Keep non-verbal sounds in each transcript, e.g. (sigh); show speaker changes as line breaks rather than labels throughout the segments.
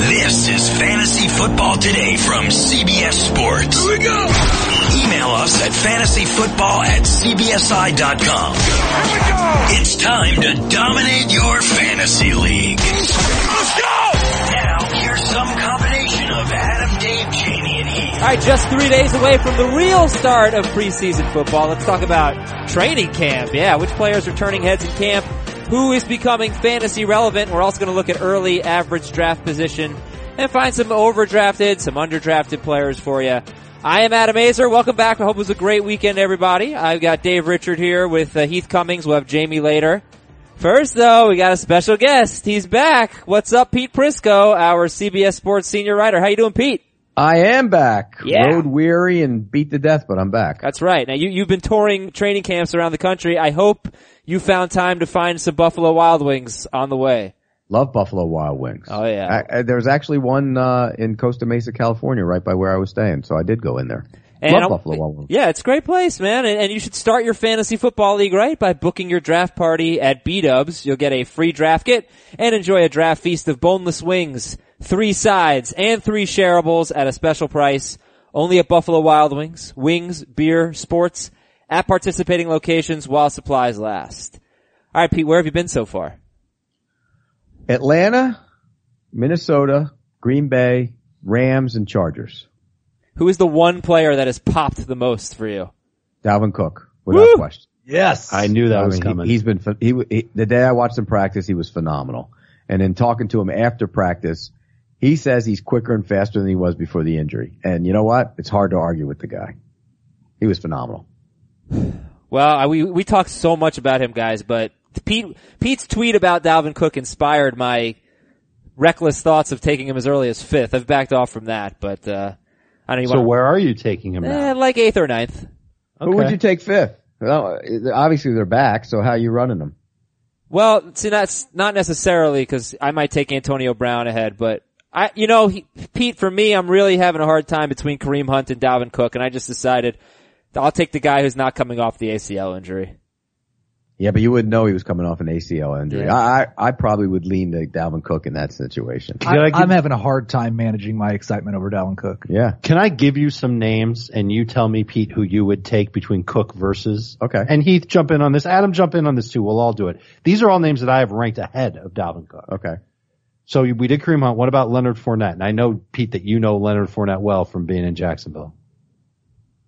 is Fantasy Football Today from CBS Sports. Here we go. Email us at fantasyfootball at cbsi.com. Here we go. It's time to dominate your fantasy league. Let's go. Now, here's some combination of Adam, Dave, Jamie, and Heath.
All right, just three days away from the real start of preseason football. Let's talk about training camp. Yeah, which players are turning heads in camp? Who is becoming fantasy relevant? We're also going to look at early average draft position and find some overdrafted, some underdrafted players for you. I am Adam Azer. Welcome back. I hope it was a great weekend, everybody. I've got Dave Richard here with uh, Heath Cummings. We'll have Jamie later. First, though, we got a special guest. He's back. What's up, Pete Prisco, our CBS Sports senior writer? How you doing, Pete?
I am back.
Yeah.
Road weary and beat to death, but I'm back.
That's right. Now you, you've been touring training camps around the country. I hope you found time to find some Buffalo Wild Wings on the way.
Love Buffalo Wild Wings.
Oh, yeah.
I, I, there was actually one uh, in Costa Mesa, California, right by where I was staying, so I did go in there.
And
Love
I'll-
Buffalo Wild Wings.
Yeah, it's a great place, man. And, and you should start your fantasy football league right by booking your draft party at B Dubs. You'll get a free draft kit and enjoy a draft feast of boneless wings, three sides, and three shareables at a special price. Only at Buffalo Wild Wings, wings, beer, sports, at participating locations while supplies last. All right, Pete, where have you been so far?
Atlanta, Minnesota, Green Bay, Rams, and Chargers.
Who is the one player that has popped the most for you?
Dalvin Cook, without
Woo!
question.
Yes. I knew that was
mean, he-
coming.
he's been ph- he, w- he the day I watched him practice, he was phenomenal. And in talking to him after practice, he says he's quicker and faster than he was before the injury. And you know what? It's hard to argue with the guy. He was phenomenal.
Well, I, we we talked so much about him, guys, but Pete Pete's tweet about Dalvin Cook inspired my reckless thoughts of taking him as early as fifth. I've backed off from that, but uh, I don't even
so
want
where are you taking
Uh,
him now?
eh, like eighth or ninth.
Who would
Okay.
you take fifth? Well, uh, obviously they're back, so how you running them?
Well, see, that's not necessarily because I might take Antonio Brown ahead, but I, you know, he, Pete, for me, I'm really having a hard time between Kareem Hunt and Dalvin Cook, and I just decided I'll take the guy who's not coming off the ACL injury.
Yeah, but you wouldn't know he was coming off an ACL injury.
Yeah.
I, I I probably would lean to Dalvin Cook in that situation.
Did I
I,
give-
I'm having a hard time managing my excitement over Dalvin Cook.
Yeah.
Can I give you some names and you tell me, Pete, who you would take between Cook versus?
Okay.
And Heath, jump in on this. Adam, jump in on this too. We'll all do it. These are all names that I have ranked ahead of Dalvin Cook.
Okay.
So we did Kareem Hunt. What about Leonard Fournette? And I know, Pete, that you know Leonard Fournette well from being in Jacksonville.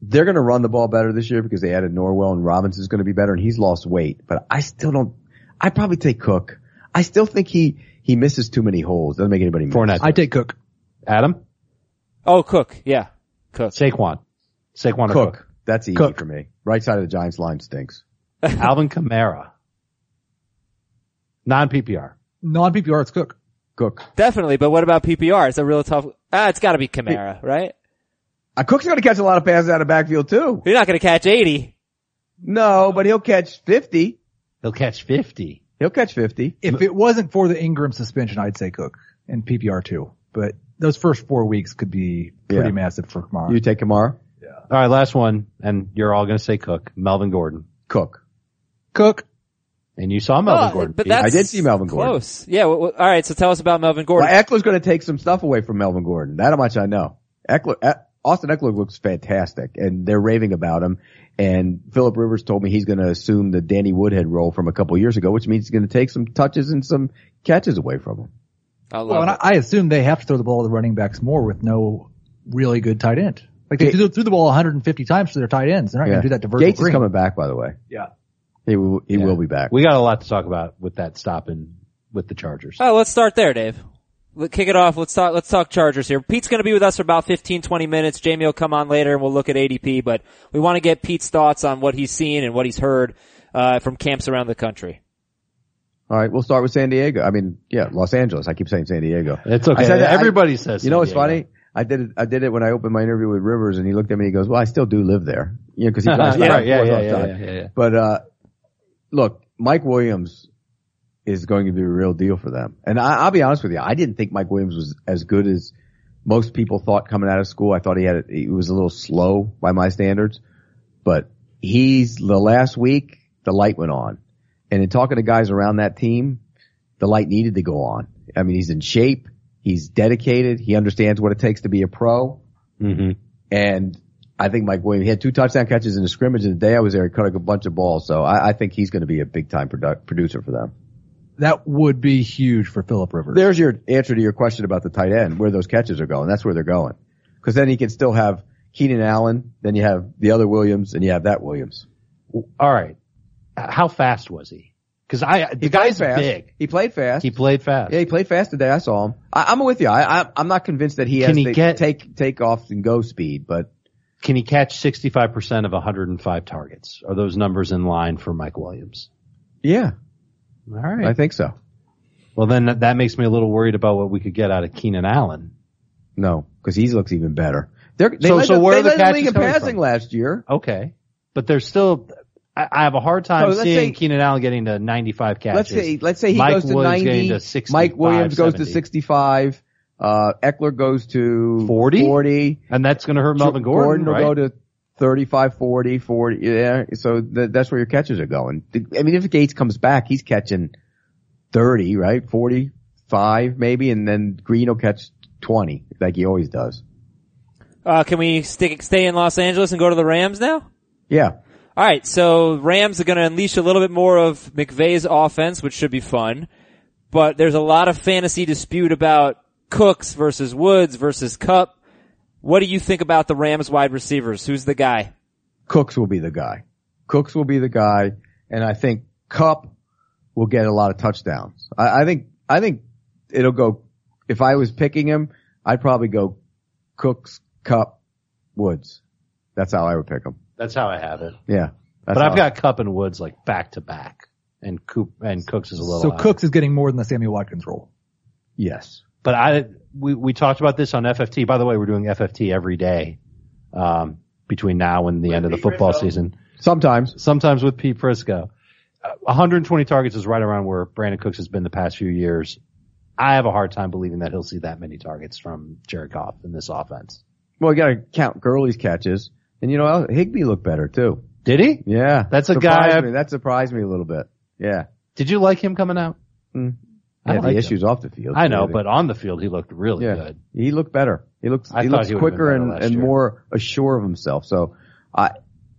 They're going to run the ball better this year because they added Norwell and Robinson's going to be better and he's lost weight, but I still don't, I probably take Cook. I still think he, he misses too many holes. Doesn't make anybody miss.
Fournette.
I take Cook.
Adam?
Oh, Cook, yeah, Cook.
Saquon. Saquon or Cook.
Cook. That's easy
Cook.
for me. Right side of the Giants line stinks.
Alvin Kamara. Non-PPR.
Non PPR, it's Cook.
Cook.
Definitely, but what about PPR? It's a real tough. Ah, it's got to be Kamara, right?
Uh, Cook's going to catch a lot of passes out of backfield too.
You're not going to catch 80.
No, but he'll catch 50.
He'll catch 50.
He'll catch 50.
If it wasn't for the Ingram suspension, I'd say Cook and PPR too. But those first four weeks could be pretty
Yeah.
massive for Kamara.
You take Kamara?
All right, last one, and you're all going to say Cook, Melvin Gordon,
Cook.
Cook,
and you saw Melvin Gordon.
Oh, but
Pete.
that's
I did see Melvin Gordon.
Close. Yeah. Well, well, all right. So tell us about Melvin Gordon.
Well, Eckler's going to take some stuff away from Melvin Gordon. That much I know. Eckler, E- Austin Eckler looks fantastic, and they're raving about him. And Philip Rivers told me he's going to assume the Danny Woodhead role from a couple years ago, which means he's going to take some touches and some catches away from him.
I love
well, and
it.
I, I assume they have to throw the ball to the running backs more with no really good tight end. Like they
Yeah.
threw, threw the ball 150 times to their tight ends. They're not going to do that to Virgil
Gates
Green.
is coming back, by the way.
Yeah.
He will, he will be back.
we got a lot to talk about with that stopping with the Chargers.
Oh, let's start there, Dave. Let- Kick it off. Let's talk, let's talk Chargers here. Pete's going to be with us for about 15, 20 minutes. Jamie will come on later and we'll look at ADP, but we want to get Pete's thoughts on what he's seen and what he's heard, uh, from camps around the country.
All right, we'll start with San Diego. I mean, yeah, Los Angeles. I keep saying San Diego.
It's okay.
I said that- I-
Everybody says.
You know
San
what's
Diego.
funny? I did it. I did it when I opened my interview with Rivers, and he looked at me. He goes, "Well, I still do live there, you know, because he
(laughs)
drives
Yeah,
back and
yeah,
forth
yeah,
all the
yeah,
time."
yeah, yeah, yeah.
But uh, look, Mike Williams is going to be a real deal for them. And I, I'll be honest with you, I didn't think Mike Williams was as good as most people thought coming out of school. I thought he had he was a little slow by my standards, but he's the last week the light went on, and in talking to guys around that team, the light needed to go on. I mean, he's in shape. He's dedicated. He understands what it takes to be a pro.
Mm-hmm.
And I think Mike Williams, he had two touchdown catches in the scrimmage. And the day I was there, he caught a bunch of balls. So I, I think he's going to be a big time produ- producer for them.
That would be huge for Philip Rivers.
There's your answer to your question about the tight end, where those catches are going. That's where they're going. Cause then he can still have Keenan Allen. Then you have the other Williams and you have that Williams.
All right. H- How fast was he? Because I the
He
guy's
played fast.
big.
He played fast.
He played fast.
yeah, he played fast today. I saw him. I, I'm with you. I, I, I'm not convinced that he has
Can he
the
get-
take take off and go speed, but
Can he catch 65% of 105 targets? Are those numbers in line for Mike Williams?
yeah,
All right.
I think so.
well, then that, that makes me a little worried about what we could get out of Keenan Allen.
No, because he looks even better. They're, they
So-
led
so
the,
where
they
are the
led
catches
league in
coming
passing
from?
last year.
Okay. But there's still, I, I have a hard time
Oh, let's
seeing
say-
Keenan Allen getting to 95 catches.
Let's say let's say he
Mike
goes to
Williams getting
ninety.
to 65,
Mike Williams goes to
70.
sixty five. Uh, Eckler goes to
40?
40.
And that's going to hurt Melvin Gordon, right?
will go to 35, 40, 40. Yeah. So th- that's where your catches are going. I mean, if Gates comes back, he's catching 30, right? 45 maybe. And then Green will catch 20 like he always does.
Uh, can we stick, stay in Los Angeles and go to the Rams now?
Yeah.
All right, so Rams are going to unleash a little bit more of McVay's offense, which should be fun. But there's a lot of fantasy dispute about Cooks versus Woods versus Cup. What do you think about the Rams wide receivers? Who's the guy?
Cooks will be the guy. Cooks will be the guy, and I think Cup will get a lot of touchdowns. I, I think I think it'll go. If I was picking him, I'd probably go Cooks, Cup, Woods. That's how I would pick him.
That's how I have it.
Yeah, That's
but
how-
I've got Cup and Woods like back to back. And Coop and Cooks is a little
So
higher.
Cooks is getting more than the Sammy Watkins role.
yes.
but I we we talked about this on FFT. By the way, we're doing FFT every day um, between now and the end of the football season.
Sometimes
Sometimes with Pete Prisco, Uh, 120 targets is right around where Brandon Cooks has been the past few years. I have a hard time believing that he'll see that many targets from Jared Goff in this offense.
well, you got to count Gurley's catches, and you know Higby looked better too.
Did he?
Yeah,
That's a
Surprised
guy I-
me. That surprised me a little bit. Yeah,
Did you like him coming out?
Mm.
I
yeah. The
liked him.
issues off the field.
I know,
too.
but on the field he looked really
Yeah.
good.
He looked better. He looks
I
he
thought
looks
he would've been
quicker
better
and,
last
and
year.
more assured of himself. So I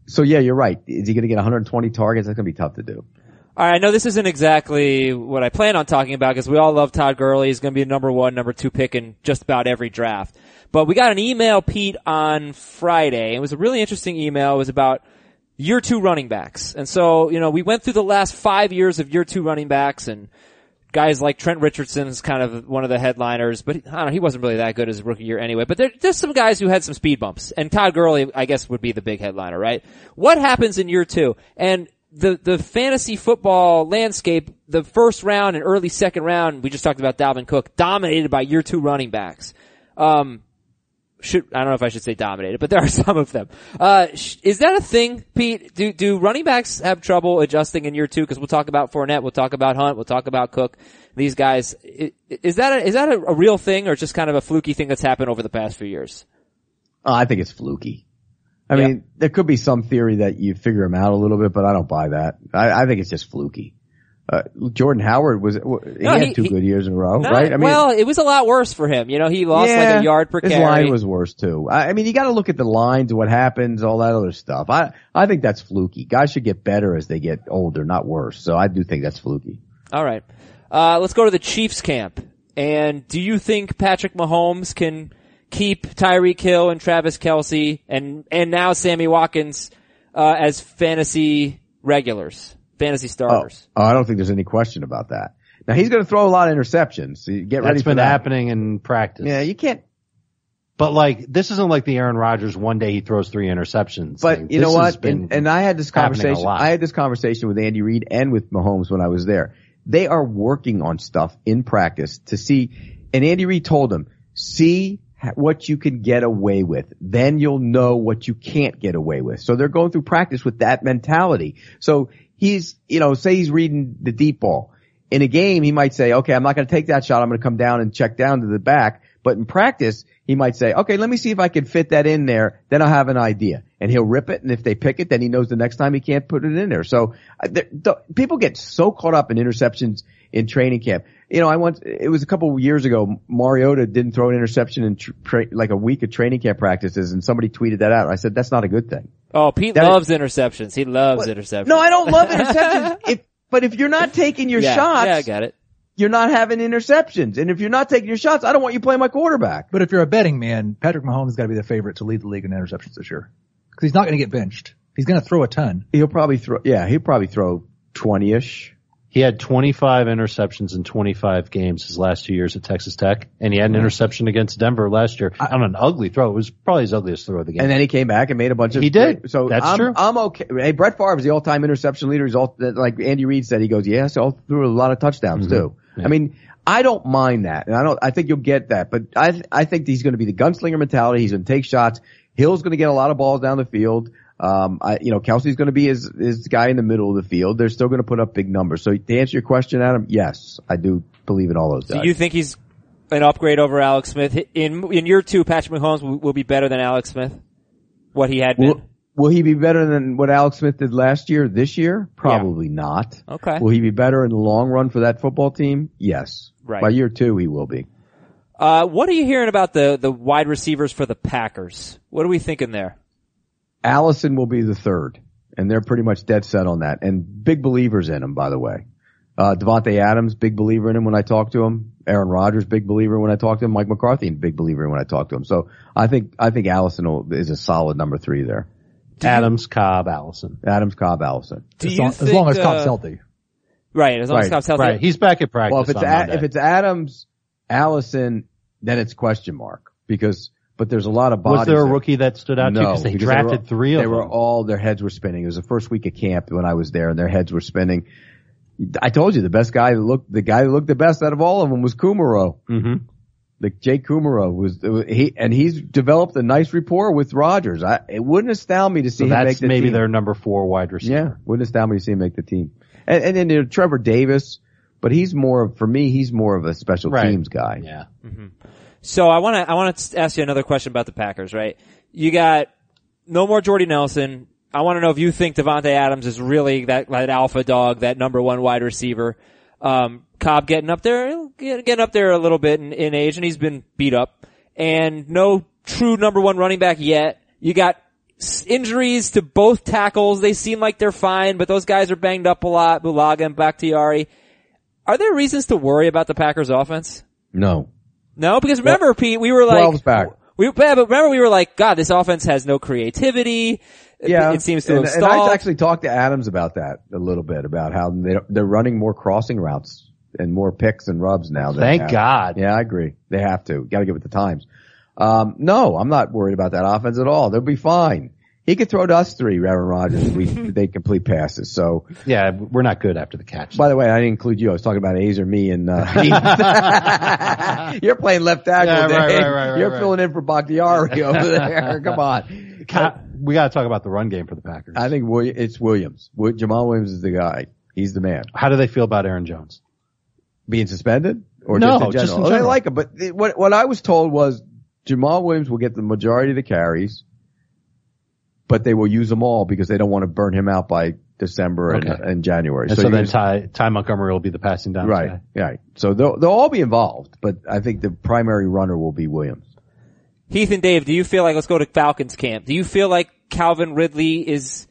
so yeah, you're right. Is he going to get 120 targets? That's going to be tough to do.
All right, I know this isn't exactly what I plan on talking about because we all love Todd Gurley. He's going to be the number one, number two pick in just about every draft. But we got an email, Pete, on Friday. It was a really interesting email. It was about year two running backs. And so, you know, we went through the last five years of year two running backs and guys like Trent Richardson is kind of one of the headliners, but I don't know, he wasn't really that good as rookie year anyway. But there, there's some guys who had some speed bumps, and Todd Gurley, I guess, would be the big headliner, right? What happens in year two? And the, the fantasy football landscape, the first round and early second round, we just talked about Dalvin Cook, dominated by year two running backs. Um, should, I don't know if I should say dominated, but there are (laughs) some of them. Uh, sh- is that a thing, Pete? Do, do running backs have trouble adjusting in year two? Cause we'll talk about Fournette, we'll talk about Hunt, we'll talk about Cook, these guys. I- i- Is that a, is that a, a real thing or just kind of a fluky thing that's happened over the past few years?
Oh, I think it's fluky. I
Yeah.
mean, there could be some theory that you figure him out a little bit, but I don't buy that. I, I think it's just fluky. Uh, Jordan Howard was he
No,
had
he-
two
he-
good years in a row,
No,
right? I mean,
well, it was a lot worse for him. You know, he lost like a yard per
his
carry.
line was worse too. I, I mean, you got to look at the lines, what happens, all that other stuff. I I think that's fluky. Guys should get better as they get older, not worse. So I do think that's fluky.
All right. Uh, let's go to the Chiefs camp. And do you think Patrick Mahomes can keep Tyreek Hill and Travis Kelsey and, and now Sammy Watkins, uh, as fantasy regulars, fantasy
Oh,
starters?
oh, I don't think there's any question about that. Now he's going to throw a lot of interceptions. So you get ready
That's
for
been
that.
happening in practice.
Yeah, you can't.
But like, this isn't like the Aaron Rodgers one day he throws three interceptions. thing.
But you know
This has
what?
been-
and, and I had this
happening a
conversation.
lot.
I had this conversation with Andy Reid and with Mahomes when I was there. They are working on stuff in practice to see. And Andy Reid told them, see ha- what you can get away with. Then you'll know what you can't get away with. So they're going through practice with that mentality. So he's, you know, say he's reading the deep ball. in a game, he might say, okay, I'm not going to take that shot. I'm going to come down and check down to the back. But in practice, he might say, okay, let me see if I can fit that in there. Then I'll have an idea. And he'll rip it. And if they pick it, then he knows the next time he can't put it in there. So uh, there- th- people get so caught up in interceptions in training camp. You know, I once, it was a couple years ago, Mariota didn't throw an interception in tr tra- like a week of training camp practices and somebody tweeted that out. I said, that's not a good thing.
Oh, Pete
That is-
loves interceptions. He loves interceptions.
No, I
(laughs)
don't love interceptions. if, but if you're not taking your
yeah,
shots,
Yeah, I got it.
you're not having interceptions. And if you're not taking your shots, I don't want you playing my quarterback.
But if you're a betting man, Patrick Mahomes has got to be the favorite to lead the league in interceptions this year because he's not going to get benched. He's going to throw a ton.
He'll probably throw, yeah, he'll probably throw 20-ish.
He had 25 interceptions in 25 games his last two years at Texas Tech, and he had an interception against Denver last year on an ugly throw. It was probably his ugliest throw of the game.
And then he came back and made a bunch of.
He did.
So
That's
I'm,
true.
I'm okay. Hey, Brett Favre is the all-time interception leader. He's all like Andy Reid said. He goes, yes, all threw a lot of touchdowns
Mm-hmm.
too. I mean, I don't mind that, and I don't. I think you'll get that, but I I think he's going to be the gunslinger mentality. He's going to take shots. Hill's going to get a lot of balls down the field. Um, I, you know, Kelsey's going to be his, his guy in the middle of the field. They're still going to put up big numbers. So to answer your question, Adam, yes, I do believe in all those
Do
guys.
you think he's an upgrade over Alex Smith? In in year two, Patrick Mahomes will, will be better than Alex Smith. What he had been.
Will, will he be better than what Alex Smith did last year, this year? Probably not.
Okay.
Will he be better in the long run for that football team? Yes.
Right.
By year two, he will be.
Uh, what are you hearing about the the wide receivers for the Packers? What are we thinking there?
Allison will be the third, and they're pretty much dead set on that. And big believers in him, by the way. Uh, Devontae Adams, big believer in him when I talk to him. Aaron Rodgers, big believer when I talk to him. Mike McCarthy, big believer when I talk to him. So I think I think Allison will, is a solid number three there.
Adams, Cobb, Allison.
Adams, Cobb, Allison.
Do
as,
you
long,
think,
as long as
uh,
Cobb's healthy.
Right, as long as
Right,
Cobb's healthy.
Right, he's back at practice.
Well, if it's
on
a,
Monday.
if it's Adams, Allison, then it's question mark because but there's a lot of bodies.
was there a
there.
rookie that stood out to you
No,
because they
were-
drafted three of
They were
them?
all their heads were spinning. It was the first week of camp when I was there, and their heads were spinning. I told you the best guy that looked the guy that looked the best out of all of them was Kumaro.
Mhm.
The Jake Kumaro was he, and he's developed a nice rapport with Rogers. I, it wouldn't astound me to see
So
him make
that's
the
maybe
team.
their number four wide
Yeah,
receiver.
wouldn't astound me to see him make the team. And, and then there's Trevor Davis, but he's more of, for me, he's more of a special
Right.
teams guy.
Yeah.
So I want to I want to ask you another question about the Packers, right? You got no more Jordy Nelson. I want to know if you think Devontae Adams is really that that alpha dog, that number one wide receiver. Um, Cobb getting up there, get- getting up there a little bit in, in age, and he's been beat up. And no true number one running back yet. You got s- injuries to both tackles. They seem like they're fine, but those guys are banged up a lot. Bulaga and Bakhtiari. Are there reasons to worry about the Packers offense?
No.
No, because remember, Pete, we were like,
Twelve's back.
we, yeah, but remember we were like, God, this offense has no creativity. It-
Yeah.
It seems to
and,
have
and I
stalled.
actually talked to Adams about that a little bit, about how they, don't- they're running more crossing routes and more picks and rubs now. than
Thank
Adams.
God.
Yeah, I agree. They have to. Got to get with the times. Um, no, I'm not worried about that offense at all. They'll be fine. He could throw to us three, Reverend Rogers. We, (laughs) they complete passes. So,
Yeah, we're not good after the catch.
by the way, I didn't include you. I was talking about Azer, me, and
(laughs)
uh, (laughs) you're playing left tackle.
Yeah, right,
Dave.
right, right, right,
you're
right.
filling in for
(laughs)
Bakhtiari over there. Come on.
Ca- we got to talk about the run game for the Packers.
I think Willi- it's Williams. Wi- Jamal Williams is the guy. He's the man.
How do they feel about Aaron Jones?
Being suspended or
No,
just in general?
just in
Oh,
general.
they like him, but it- what what I was told was Jamal Williams will get the majority of the carries, but they will use them all because they don't want to burn him out by December and,
Okay.
and January.
And so,
you
then
just-
Ty, Ty Montgomery will be the passing down
right,
guy.
right. So they'll they'll all be involved, but I think the primary runner will be Williams.
Heath and Dave, do you feel like, let's go to Falcons camp. Do you feel like Calvin Ridley is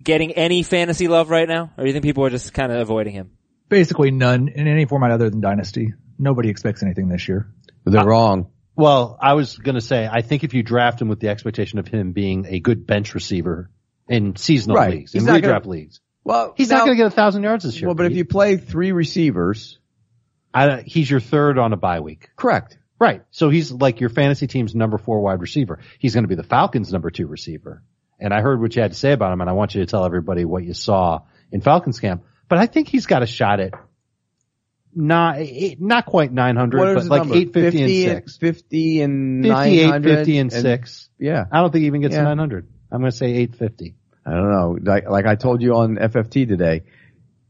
getting any fantasy love right now? Or do you think people are just kind of avoiding him?
Basically none in any format other than Dynasty. Nobody expects anything this year.
They're wrong.
Well, I was going to say, I think if you draft him with the expectation of him being a good bench receiver in seasonal
Right.
leagues,
He's
in
not
redraft
gonna-
leagues,
Well,
he's
now-
not going to get a thousand yards this year.
Well, but if
Pete.
you play three receivers,
I, he's your third on a bye week.
correct.
Right. So he's like your fantasy team's number four wide receiver. He's going to be the Falcons' number two receiver. And I heard what you had to say about him, and I want you to tell everybody what you saw in Falcons camp. But I think he's got a shot at not eh, not quite 900,
What
but
is
like
his number?
850
50
and six,
50 and
58,
900
50 and six.
Yeah.
I don't think he even gets
Yeah.
to 900. I'm going to say 850.
I don't know. Like, like I told you on FFT today,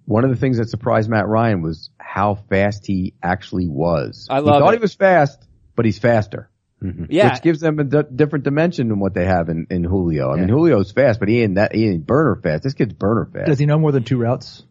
one of the things that surprised Matt Ryan was how fast he actually was.
I love
He thought
it.
he was fast, but he's faster,
Yeah.
Hmm. which gives them a d- different dimension than what they have in, in Julio. I mean,
Yeah.
Julio's fast, but he ain't that he ain't burner fast. This kid's burner fast.
Does he know more than two routes?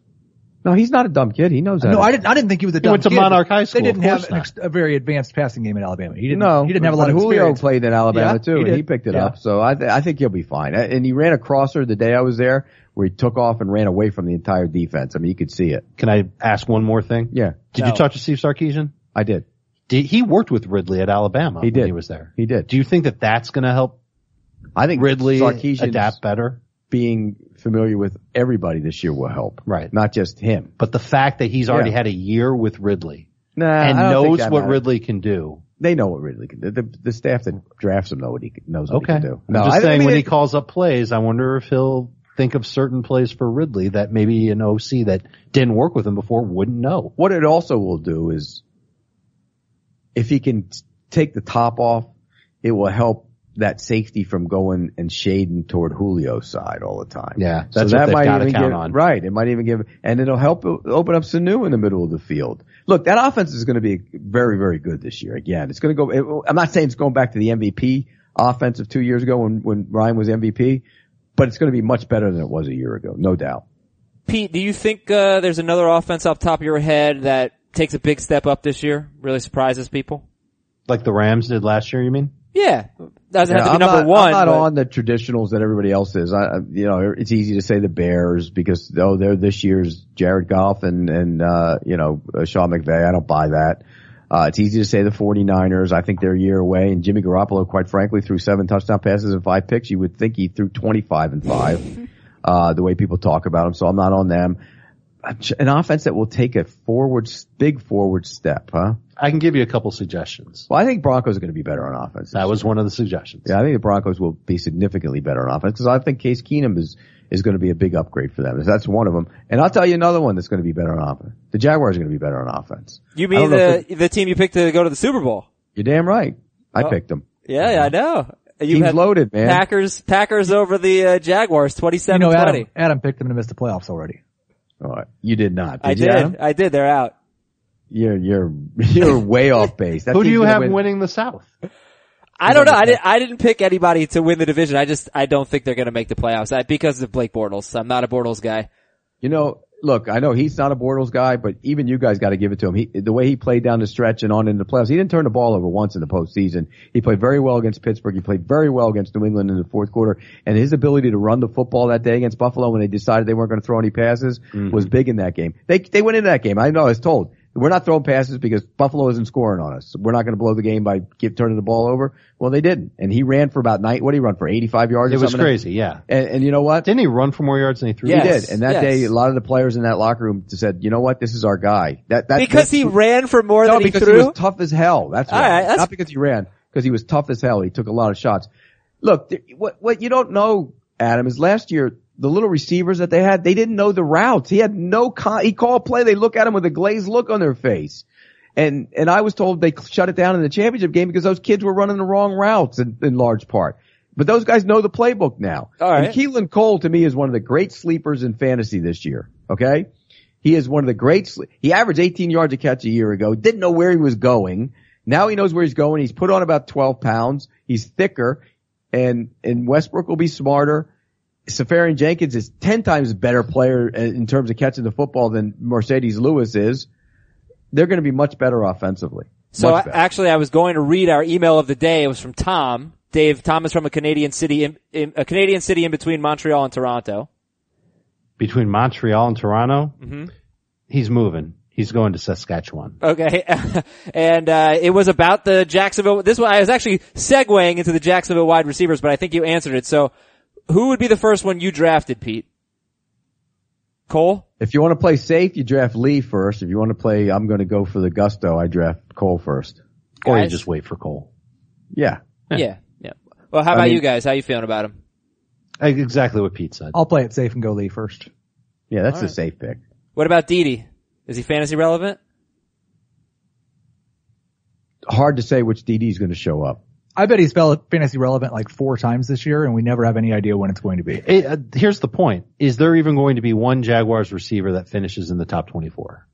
No, he's not a dumb kid. He knows that.
No, I didn't. I didn't think he was a dumb
went to
kid, but
Monarch High School,
They didn't
of
have
course
an
not.
ex- a very advanced passing game at Alabama. He didn't.
No,
he didn't have a lot
but
of
Julio
experience.
played at Alabama
Yeah,
too,
he
and he
did.
picked it
Yeah.
up. So I, th- I think he'll be fine. A- And he ran a crosser the day I was there, where he took off and ran away from the entire defense. I mean, you could see it.
Can I ask one more thing?
Yeah,
Did
No.
you talk to Steve Sarkeesian?
I did.
Did, he worked with Ridley at Alabama.
He did.
When he was there.
He did.
Do you think that that's going to help
I think
Ridley
Sarkeesian's
adapt better?
being familiar with everybody this year will help.
Right.
Not just him.
But the fact that he's already
Yeah.
had a year with Ridley
Nah,
and
I don't think
knows
that
what
matters.
Ridley can do.
They know what Ridley can do. The, the staff that drafts him know what he can- knows what
Okay.
he can do. No,
I'm just
I,
saying
I mean,
when he
it-
calls up plays, I wonder if he'll think of certain plays for Ridley that maybe an OC that didn't work with him before wouldn't know.
what it also will do is if he can t- take the top off, it will help that safety from going and shading toward Julio's side all the time.
Yeah, that's what they've gotta
even
count
give-
on.
Right. It might even give, and it'll help o- open up Sanu in the middle of the field. Look, that offense is going to be very, very good this year. Again, it's going to go, it- I'm not saying it's going back to the MVP offense of two years ago when, when Ryan was MVP, but it's going to be much better than it was a year ago. No doubt.
Pete, do you think uh, there's another offense off the top of your head that takes a big step up this year? Really surprises people?
Like the Rams did last year, you mean?
Yeah, doesn't have to be
Yeah, I'm
number
not,
one.
I'm not
but-
on the traditionals that everybody else is. I, I- you know, it's easy to say the Bears because oh, they're this year's Jared Goff and and uh, you know uh, Sean McVay. I don't buy that. Uh, it's easy to say the 49ers. I think they're a year away. And Jimmy Garoppolo, quite frankly, threw seven touchdown passes and five picks. You would think he threw 25 and five,
(laughs)
uh, the way people talk about him. So I'm not on them. An offense that will take a forward, big forward step, huh?
I can give you a couple suggestions.
Well, I think Broncos are going to be better on offense.
That was one of the suggestions.
Yeah, I think the Broncos will be significantly better on offense because I think Case Keenum is is going to be a big upgrade for them. That's one of them. And I'll tell you another one that's going to be better on offense. The Jaguars are going to be better on offense.
You
I
mean
don't know if
the the team you picked to go to the Super Bowl?
You're damn right. I
Oh.
picked them.
Yeah, I know. You
Team's
had
loaded, man.
Packers Packers over the uh, Jaguars,
You
27-20.
know, Adam, Adam picked them to miss the playoffs already.
All right. Oh, You did not. Did
I
you,
did.
Adam?
I did. They're out.
You're you're (laughs) you're way off base. That
Who do
team's
you
gonna
have
win-
winning the South?
I don't know. I didn't. I didn't pick anybody to win the division. I just. I don't think they're going to make the playoffs I, because of Blake Bortles. I'm not a Bortles guy.
You know, look, I know he's not a Bortles guy, but even you guys got to give it to him. He, the way he played down the stretch and on into the playoffs, he didn't turn the ball over once in the postseason. He played very well against Pittsburgh. He played very well against New England in the fourth quarter. And his ability to run the football that day against Buffalo when they decided they weren't going to throw any passes
Mm-hmm.
was big in that game. They, they went into that game. I know I was told. We're not throwing passes because Buffalo isn't scoring on us. We're not going to blow the game by give, turning the ball over. Well, they didn't. And he ran for about nine, what did he run for? 85 yards
It
or
was
something?
crazy, yeah.
And, and you know what?
Didn't he run for more yards than he threw?
Yeah.
He
Yes,
did, and that
yes.
day, a lot of the players in that locker room said, "You know what? This is our guy." That that
Because he ran for more
no,
than he
because
threw.
he was tough as hell. That's
All
why.
right, that's-
not because he ran, because he was tough as hell. He took a lot of shots. Look, th- what what you don't know, Adam, is last year the little receivers that they had, they didn't know the routes. He had no con- he called play. They look at him with a glazed look on their face. And and I was told they shut it down in the championship game because those kids were running the wrong routes in, in large part. But those guys know the playbook now.
All right.
And Keelan Cole to me is one of the great sleepers in fantasy this year. Okay, he is one of the great. sle- He averaged 18 yards a catch a year ago. Didn't know where he was going. Now he knows where he's going. He's put on about 12 pounds. He's thicker, and and Westbrook will be smarter. Safarian Jenkins is 10 times better player in in terms of catching the football than Mercedes Lewis is. They're going to be much better offensively.
So I,
much better.
actually, I was going to read our email of the day. It was from Tom. Dave, Tom is from a Canadian city, in, in, a Canadian city in between Montreal and Toronto.
Between Montreal and Toronto, he's moving. He's going to Saskatchewan.
Okay, (laughs) and uh, it was about the Jacksonville. This one I was actually segueing into the Jacksonville wide receivers, but I think you answered it. So, who would be the first one you drafted, Pete? Cole.
if you want to play safe, you draft Lee first. If you want to play, I'm going to go for the gusto. I draft Cole first.
Or you
Guys?
just wait for Cole.
Yeah.
Yeah, yeah. Well, how about
mean-
you guys? How you feeling about him?
Ex- Exactly what Pete said.
I'll play it safe and go Lee first.
Yeah, that's a safe pick.
What about Didi? Is he fantasy relevant?
Hard to say which DD is going to show up.
I bet he's fel- fantasy relevant like four times this year, and we never have any idea when it's going to be.
It- uh, here's the point. Is there even going to be one Jaguars receiver that finishes in the top 24?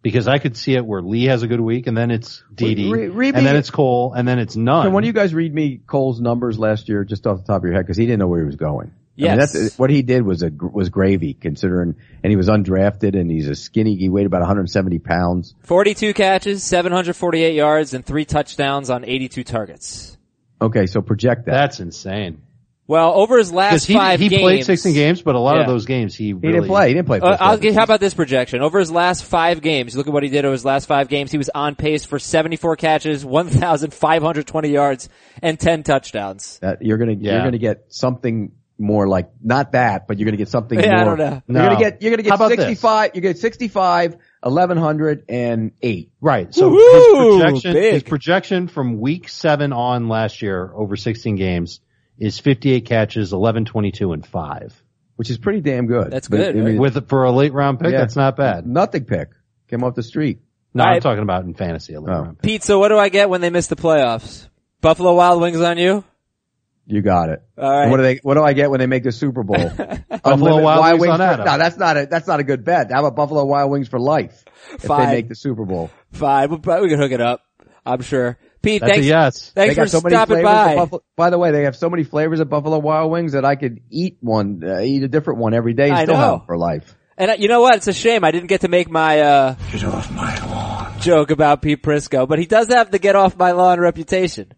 Because I could see it where Lee has a good week and then it's Didi
Re- Re-
and then it's Cole and then it's none.
Can one of you guys read me Cole's numbers last year just off the top of your head? Cause he didn't know where he was going. I mean,
Yes.
that's what he did was a gr- was gravy considering, and he was undrafted and he's a skinny. He weighed about 170 pounds.
42 catches, 748 yards, and three touchdowns on 82 targets.
Okay, so project that.
That's insane.
Well, over his last
Because he,
five
he
games,
played 16 games, but a lot
Yeah.
of those games he really
he didn't play. He didn't play.
Uh,
first
I'll
half.
get, how about this projection? Over his last five games, look at what he did over his last five games. He was on pace for 74 catches, 1,520 yards, and 10 touchdowns.
That you're gonna
Yeah.
you're gonna get something more like not that, but you're gonna get something
Yeah, I
more.
don't know.
You're
No.
gonna get you're gonna
How
get
about this?
65. You get 65, 1108.
Right. So
Woo-hoo!
his projection
Big.
his projection from week 7 on last year over 16 games is 58 catches, 11 22 and 5.
which is pretty damn good.
That's
But,
good,
I mean,
With for a late round pick,
Yeah.
that's not bad.
nothing pick came off the street.
No,
I-
I'm talking about in fantasy a late
Oh.
round pick.
Pete, so what do I get when they miss the playoffs? Buffalo Wild Wings on you?
You got it.
All right.
And What do they? What do I get when they make the Super
(laughs)
Bowl? Unlimited
Wild Wings on
for-
Adam.
No, that's not a that's not a good bet. How about Buffalo Wild Wings for life if
Fine.
they make the Super Bowl?
Fine. We'll probably, we can hook it up. I'm sure. Pete,
That's
thanks,
a yes.
thanks
they
for
got so many
stopping
flavors. Of
by.
Buffalo, by the way, they have so many flavors of Buffalo Wild Wings that I could eat one, uh, eat a different one every day and
I
still
know.
have them for life.
And uh, you know what? It's a shame I didn't get to make my, uh,
Get off my lawn.
joke about Pete Prisco, but he does have the get off my lawn reputation.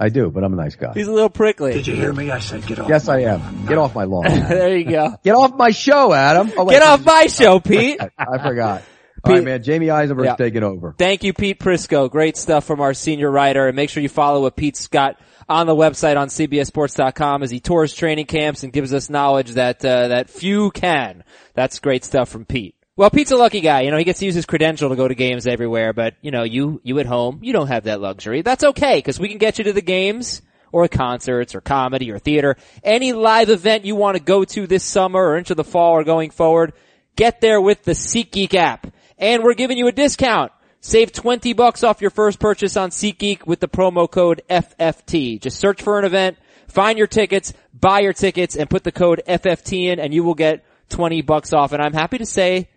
I do, but I'm a nice guy.
He's a little prickly.
Did you hear me? I said get off.
yes, I am. Get off my lawn. (laughs)
there you go.
Get off my show, Adam. Oh, wait,
Get off my show, Pete.
(laughs) I forgot. All right,
Pete-
man. Jamie Eisenberg's
Yeah.
taking over.
Thank you, Pete Prisco. Great stuff from our senior writer. And make sure you follow what Pete's got on the website on cbsports.com as he tours training camps and gives us knowledge that, uh, that few can. That's great stuff from Pete. Well, Pete's a lucky guy. You know, he gets to use his credential to go to games everywhere, but you know, you, you at home, you don't have that luxury. That's okay, cause we can get you to the games or concerts or comedy or theater. Any live event you want to go to this summer or into the fall or going forward, get there with the SeatGeek app. And we're giving you a discount. Save 20 bucks off your first purchase on SeatGeek with the promo code FFT. Just search for an event, find your tickets, buy your tickets, and put the code FFT in and you will get 20 bucks off. And I'm happy to say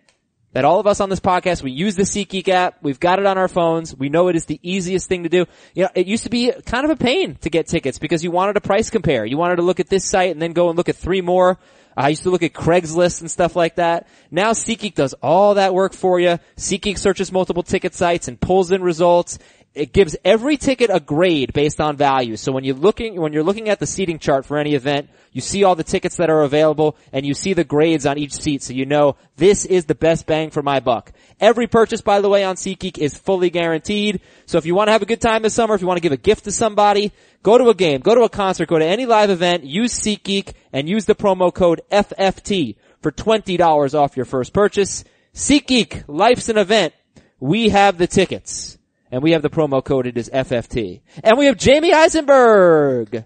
that all of us on this podcast, we use the SeatGeek app. We've got it on our phones. We know it is the easiest thing to do. You know, it used to be kind of a pain to get tickets because you wanted to price compare. You wanted to look at this site and then go and look at three more. I used to look at Craigslist and stuff like that. Now SeatGeek does all that work for you. SeatGeek searches multiple ticket sites and pulls in results. It gives every ticket a grade based on value. So when you're looking, when you're looking at the seating chart for any event, you see all the tickets that are available and you see the grades on each seat so you know this is the best bang for my buck. Every purchase, by the way, on SeatGeek is fully guaranteed. So if you want to have a good time this summer, if you want to give a gift to somebody, go to a game, go to a concert, go to any live event, use SeatGeek and use the promo code FFT for $20 off your first purchase. SeatGeek, life's an event. We have the tickets and we have the promo code. It is FFT and we have Jamie Eisenberg.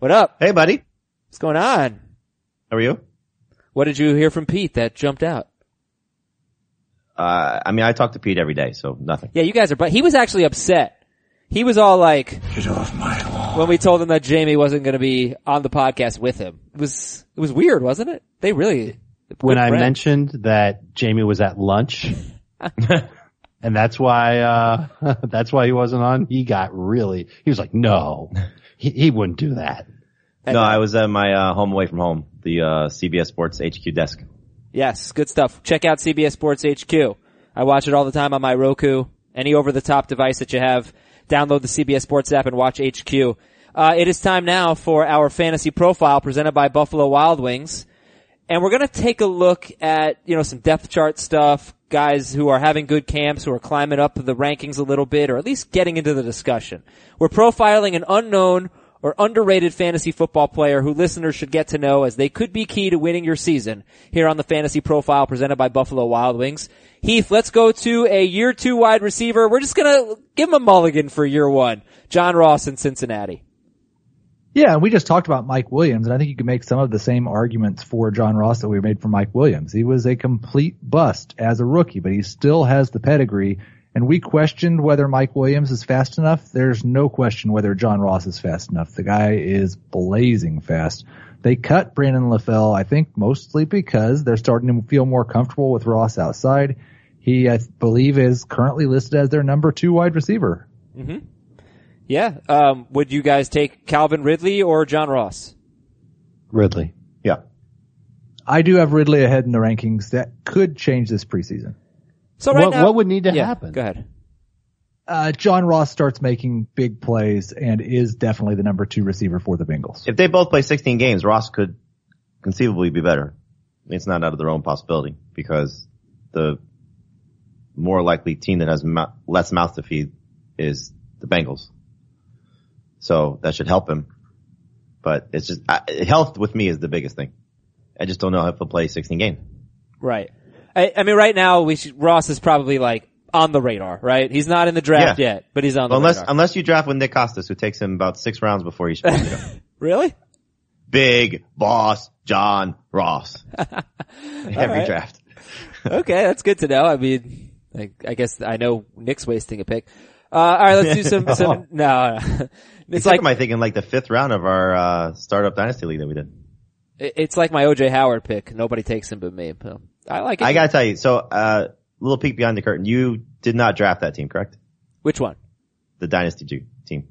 What up?
Hey, buddy.
What's going on?
How are you?
What did you hear from Pete that jumped out?
Uh, I mean, I talk to Pete every day, so nothing.
Yeah, you guys are, but he was actually upset. He was all like,
Get off my lawn.
when we told him that Jamie wasn't going to be on the podcast with him. It was, it was weird, wasn't it? They really,
When I
friend.
mentioned that Jamie was at lunch, and that's why uh (laughs) that's why he wasn't on, he got really he was like, "No. He, he wouldn't do that."
No, I was at my uh, home away from home, the uh, CBS Sports HQ desk.
yes, good stuff. Check out CBS Sports HQ. I watch it all the time on my Roku, any over the top device that you have. Download the CBS Sports app and watch HQ. Uh, it is time now for our fantasy profile presented by Buffalo Wild Wings. and we're going to take a look at you know some depth chart stuff guys who are having good camps who are climbing up the rankings a little bit or at least getting into the discussion we're profiling an unknown or underrated fantasy football player who listeners should get to know as they could be key to winning your season here on the fantasy profile presented by buffalo wild wings heath let's go to a year two wide receiver we're just going to give him a mulligan for year one john ross in cincinnati
Yeah, and we just talked about Mike Williams, and I think you could make some of the same arguments for John Ross that we made for Mike Williams. He was a complete bust as a rookie, but he still has the pedigree. And we questioned whether Mike Williams is fast enough. There's no question whether John Ross is fast enough. The guy is blazing fast. They cut Brandon LaFell, I think, mostly because they're starting to feel more comfortable with Ross outside. He, I believe, is currently listed as their number two wide receiver.
yeah um, would you guys take calvin ridley or john ross
Ridley.
Yeah.
I do have Ridley ahead in the rankings. That could change this preseason.
So right
what,
now,
what would need to
yeah,
happen?
Go ahead.
Uh, John Ross starts making big plays and is definitely the number two receiver for the Bengals.
If they both play 16 games, Ross could conceivably be better. It's not out of their own possibility because the more likely team that has mou- less mouth to feed is the Bengals. So that should help him. But it's just, I, health with me is the biggest thing. I just don't know if he'll play 16 games.
Right. I, I mean, right now, we should, Ross is probably like on the radar, right? He's not in the draft
Yeah.
yet, but he's on the
Unless,
radar.
unless you draft with Nick Costas who takes him about six rounds before he's supposed to go.
really?
Big boss John Ross. Every
right.
draft.
Okay, that's good to know. I mean, I, I guess I know Nick's wasting a pick. Uh, all right, let's do some. some no, no. it's
It's like,
like
am I thinking like the fifth round of our, uh, startup dynasty league that we did?
it- it's like my OJ Howard pick. Nobody takes him but me. but I like it.
I gotta tell you, so, uh, little peek behind the curtain. You did not draft that team, correct?
Which one?
The dynasty ju- team,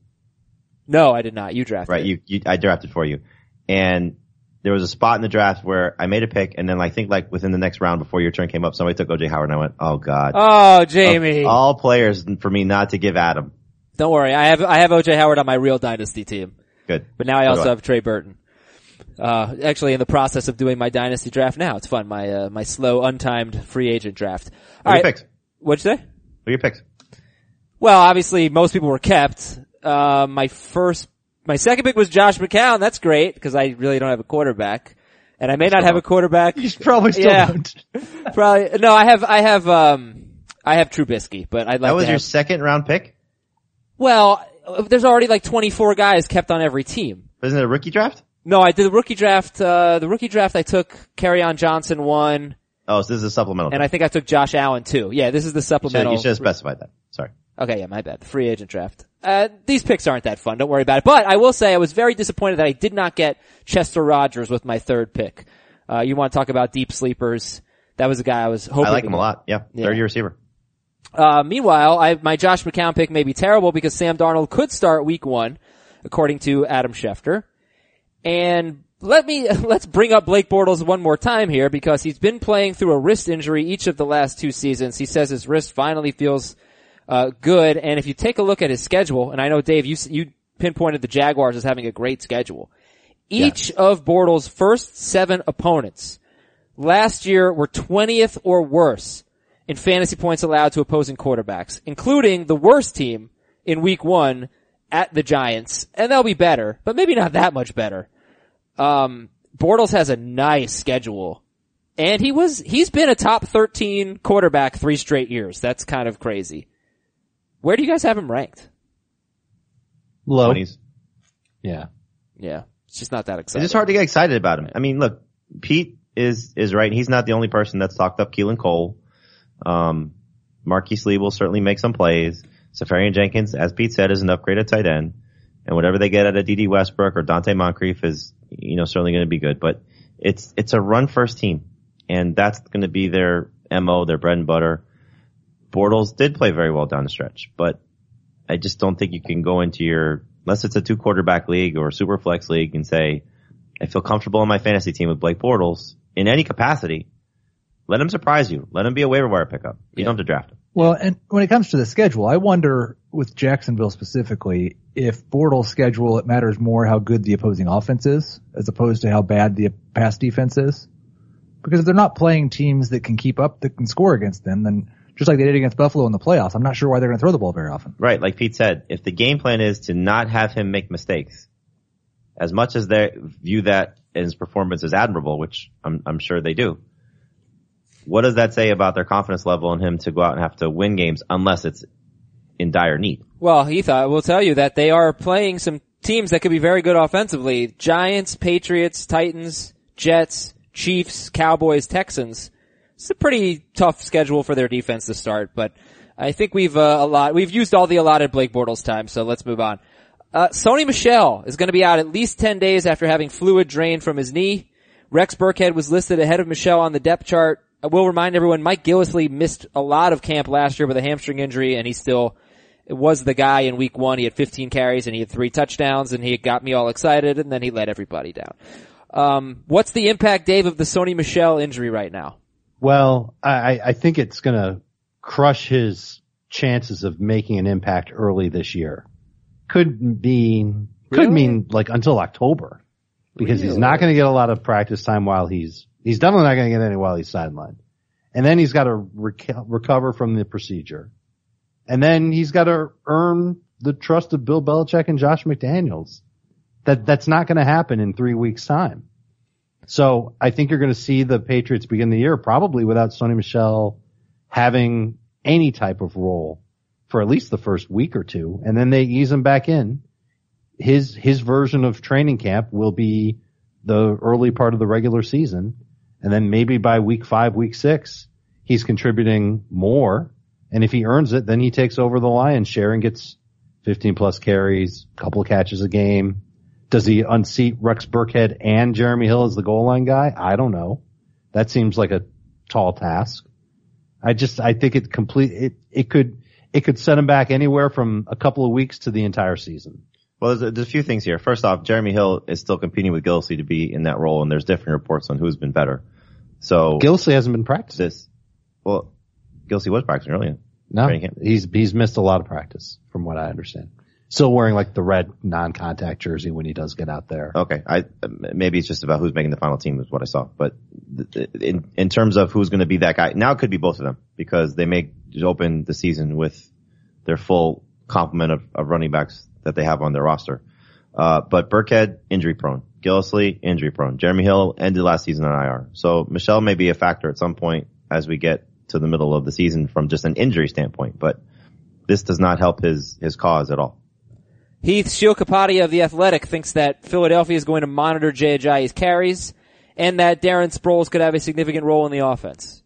No, I did not. You drafted.
right?
it.
You, you, I drafted for you. And there was a spot in the draft where I made a pick and then I think like within the next round before your turn came up, somebody took OJ Howard and I went, oh god.
Oh,
Of
Jamie.
all players for me not to give Adam.
Don't worry. I have, I have OJ Howard on my real dynasty team.
Good.
But now I
So do
also
I.
have Trey Burton. Uh, actually in the process of doing my dynasty draft now. It's fun. My, uh, my slow, untimed free agent draft.
Who
All
are your
right.
picks?
What'd you say?
Who are your picks?
Well, obviously most people were kept. Uh, my first, my second pick was Josh McCown. That's great because I really don't have a quarterback and I may not have a quarterback.
You probably still
Yeah.
don't.
(laughs) Probably, no, I have, I have, um, I have Trubisky, but I'd like
That
to
was
have,
your second round pick?
well, there's already like 24 guys kept on every team.
Wasn't it a rookie draft?
No, I did the rookie draft. Uh, the rookie draft I took on Johnson one,
Oh, so this is a supplemental.
and I think I took Josh Allen too. Yeah, this is the
draft.
supplemental.
you should have specified that. Sorry.
Okay, yeah, my bad. The free agent draft. Uh, these picks aren't that fun. Don't worry about it. But I will say I was very disappointed that I did not get Chester Rogers with my third pick. Uh, you want to talk about deep sleepers? That was a guy I was hoping.
I like
to
him
get.
a lot. Yeah.
Yeah.
Third year receiver.
Uh, meanwhile, I, my Josh McCown pick may be terrible because Sam Darnold could start week one, according to Adam Schefter. And let me, (laughs) let's bring up Blake Bortles one more time here because he's been playing through a wrist injury each of the last two seasons. He says his wrist finally feels, uh, good. And if you take a look at his schedule, and I know Dave, you, s- you pinpointed the Jaguars as having a great schedule. Each of Bortles' first seven opponents last year were 20th or worse in fantasy points allowed to opposing quarterbacks, including the worst team in week one at the Giants. And they'll be better, but maybe not that much better. Um, Bortles has a nice schedule and he was, he's been a top 13 quarterback three straight years. That's kind of crazy. Where do you guys have him ranked?
Low.
20s.
Yeah.
Yeah. It's just not that
It's
exciting.
just hard to get excited about him. I mean, look, Pete is, is right. He's not the only person that's talked up Keelan Cole. Um, Marquise Lee will certainly make some plays. Safarian Jenkins, as Pete said, is an upgrade at tight end. And whatever they get out of DD Westbrook or Dante Moncrief is, you know, certainly going to be good. But it's, it's a run first team. And that's going to be their MO, their bread and butter. Bortles did play very well down the stretch, but I just don't think you can go into your, unless it's a two quarterback league or super flex league and say, I feel comfortable in my fantasy team with Blake Bortles in any capacity. Let him surprise you. Let him be a waiver wire pickup. You don't have to draft him.
Well, and when it comes to the schedule, I wonder with Jacksonville specifically if Bortles' schedule it matters more how good the opposing offense is as opposed to how bad the pass defense is. Because if they're not playing teams that can keep up, that can score against them, then just like they did against Buffalo in the playoffs, I'm not sure why they're going to throw the ball very often.
Right. Like Pete said, if the game plan is to not have him make mistakes, as much as they view that his performance as admirable, which I'm, I'm sure they do, what does that say about their confidence level in him to go out and have to win games unless it's in dire need?
Well, Heath, I will tell you that they are playing some teams that could be very good offensively. Giants, Patriots, Titans, Jets, Chiefs, Cowboys, Texans. It's a pretty tough schedule for their defense to start, but I think we've, uh, a lot, we've used all the allotted Blake Bortles time, so let's move on. Uh, Sony Michelle is going to be out at least 10 days after having fluid drained from his knee. Rex Burkhead was listed ahead of Michelle on the depth chart. I will remind everyone, Mike Gillisley missed a lot of camp last year with a hamstring injury, and he still was the guy in week one. He had 15 carries and he had three touchdowns, and he got me all excited, and then he let everybody down. Um, what's the impact, Dave, of the Sony Michelle injury right now?
Well, I, I think it's going to crush his chances of making an impact early this year. Could mean could
Really?
mean like until October because he's not going to get a lot of practice time while he's he's definitely not going to get any while he's sidelined, and then he's got to reco- recover from the procedure, and then he's got to earn the trust of Bill Belichick and Josh McDaniels. That that's not going to happen in three weeks' time. So I think you're going to see the Patriots begin the year probably without Sony Michelle having any type of role for at least the first week or two, and then they ease him back in. His his version of training camp will be the early part of the regular season, and then maybe by week five, week six, he's contributing more. And if he earns it, then he takes over the lion's share and gets 15 plus carries, couple catches a game. Does he unseat Rex Burkhead and Jeremy Hill as the goal line guy? I don't know. That seems like a tall task. I just I think it complete it it could it could set him back anywhere from a couple of weeks to the entire season.
Well, there's a, there's a few things here. First off, Jeremy Hill is still competing with Gillespie to be in that role, and there's different reports on who's been better. So
Gilsley hasn't been practicing.
this, well, Gillespie was practicing earlier.
No,
Training camp.
he's he's missed a lot of practice from what I understand. Still wearing like the red non-contact jersey when he does get out there.
Okay, I maybe it's just about who's making the final team is what I saw, but th- th- in in terms of who's going to be that guy, now it could be both of them because they may just open the season with their full complement of, of running backs that they have on their roster. Uh, but Burkhead injury prone, Gillisley injury prone, Jeremy Hill ended last season on IR, so Michelle may be a factor at some point as we get to the middle of the season from just an injury standpoint, but this does not help his his cause at all.
Heath Shilkapadia of The Athletic thinks that Philadelphia is going to monitor Jay Ajayi's carries and that Darren Sproles could have a significant role in the offense.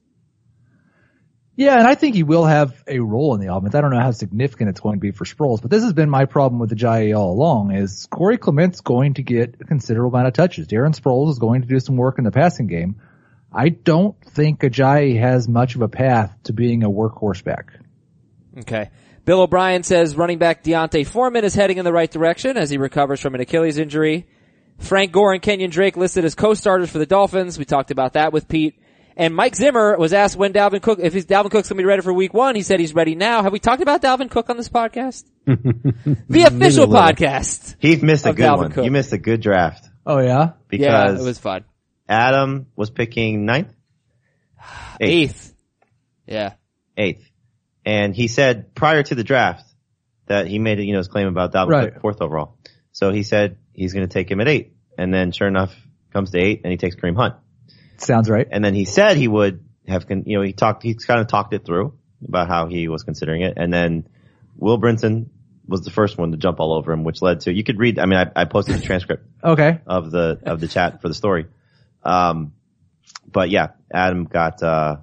Yeah, and I think he will have a role in the offense. I don't know how significant it's going to be for Sproles, but this has been my problem with the Jai all along is Corey Clement's going to get a considerable amount of touches. Darren Sproles is going to do some work in the passing game. I don't think Ajayi has much of a path to being a workhorse back.
Okay. Bill O'Brien says running back Deontay Foreman is heading in the right direction as he recovers from an Achilles injury. Frank Gore and Kenyon Drake listed as co-starters for the Dolphins. We talked about that with Pete. And Mike Zimmer was asked when Dalvin Cook, if his Dalvin Cook's gonna be ready for week one. He said he's ready now. Have we talked about Dalvin Cook on this
(laughs)
podcast? the official podcast.
He missed a
Of
good
Dalvin
one.
Cook.
You missed a good draft.
Oh yeah?
Because
Yeah, it was fun.
Adam was picking ninth, eighth,
Eighth. Yeah.
eighth, and he said prior to the draft that he made you know his claim about Dalvin
Right.
Cook fourth overall. So he said he's going to take him at eight, and then sure enough comes to eight, and he takes Kareem Hunt.
Sounds right.
And then he said he would have, con- you know, he talked, he's kind of talked it through about how he was considering it. And then Will Brinson was the first one to jump all over him, which led to you could read. I mean, I, I posted the transcript
Okay.
of the of the chat for the story. Um, but yeah, Adam got uh,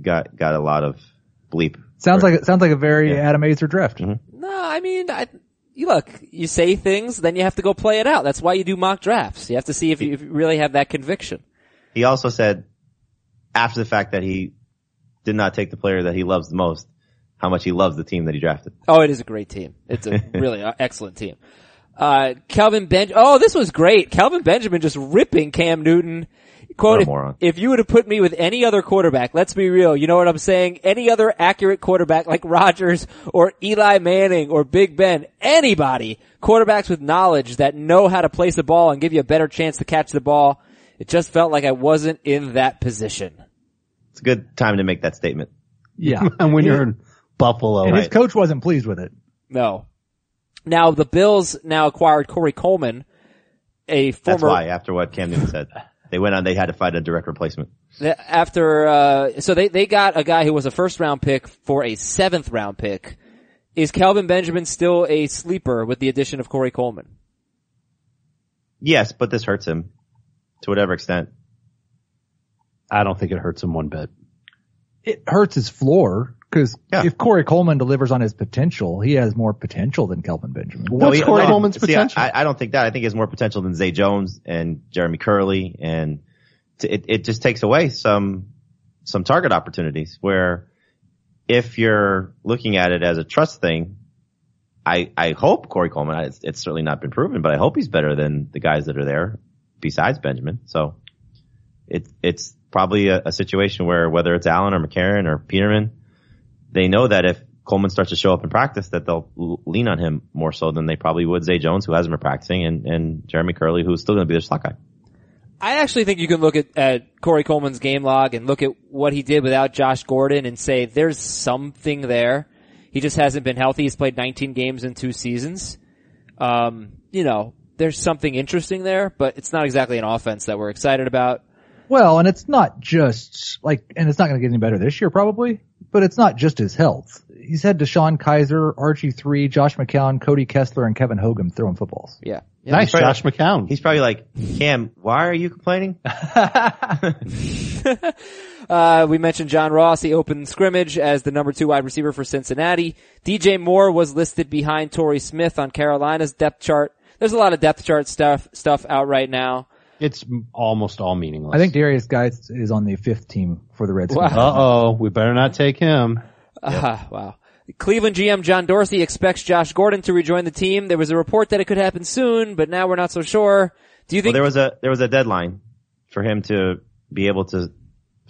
got got a lot of bleep.
Sounds like sounds like a very
Yeah.
Adam Azer draft.
No, I mean, I, you look, you say things, then you have to go play it out. That's why you do mock drafts. You have to see if you, if you really have that conviction.
He also said after the fact that he did not take the player that he loves the most, how much he loves the team that he drafted.
Oh, it is a great team. It's
(laughs)
a really excellent team. Uh, Kelvin Ben, oh, this was great. Kelvin Benjamin just ripping Cam Newton.
What
Quote,
a
if,
moron.
if you would have put me with any other quarterback, let's be real, you know what I'm saying? Any other accurate quarterback like (laughs) Rodgers or Eli Manning or Big Ben, anybody, quarterbacks with knowledge that know how to place a ball and give you a better chance to catch the ball. It just felt like I wasn't in that position.
It's a good time to make that statement.
Yeah.
And when you're in Buffalo,
and his coach wasn't pleased with it.
No. Now the Bills now acquired Corey Coleman, a
That's
former
why after what Cam Newton said, they went on. They had to find a direct replacement.
th- after uh, so they they got a guy who was a first round pick for a seventh round pick. Is Calvin Benjamin still a sleeper with the addition of Corey Coleman?
Yes, but this hurts him to whatever extent.
I don't think it hurts him one bit.
it hurts his floor because
Yeah.
if Corey Coleman delivers on his potential, he has more potential than Kelvin Benjamin.
No,
What's
he-
Corey
no,
Coleman's
see, I-
potential?
I, I don't think that. I think he has more potential than Zay Jones and Jeremy Curley, and t- it, it just takes away some some target opportunities. Where if you're looking at it as a trust thing, I I hope Corey Coleman. It's, it's certainly not been proven, but I hope he's better than the guys that are there. besides Benjamin. So it, it's probably a, a situation where whether it's Allen or McCarron or Peterman, they know that if Coleman starts to show up in practice, that they'll l- lean on him more so than they probably would Zay Jones, who hasn't been practicing, and, and Jeremy Curley, who's still going to be their slot guy.
I actually think you can look at, at Corey Coleman's game log and look at what he did without Josh Gordon and say there's something there. He just hasn't been healthy. He's played 19 games in two seasons. Um, you know, there's something interesting there, but it's not exactly an offense that we're excited about.
Well, and it's not just like, and it's not going to get any better this year probably, but it's not just his health. He's had Deshaun Kaiser, Archie three, Josh McCown, Cody Kessler, and Kevin Hogan throwing footballs.
Yeah. Yeah.
Nice,
right.
Josh McCown.
He's probably like, Cam, why are you complaining?
Uh, we mentioned John Ross. He opened scrimmage as the number two wide receiver for Cincinnati. DJ Moore was listed behind Torrey Smith on Carolina's depth chart. There's a lot of depth chart stuff, stuff out right now.
it's m- almost all meaningless.
I think Darius Geis is on the fifth team for the Redskins.
Uh oh, we better not take him.
(laughs) Ah, wow. Cleveland GM John Dorsey expects Josh Gordon to rejoin the team. There was a report that it could happen soon, but now we're not so sure. Do you
Well,
think
there was a there was a deadline for him to be able to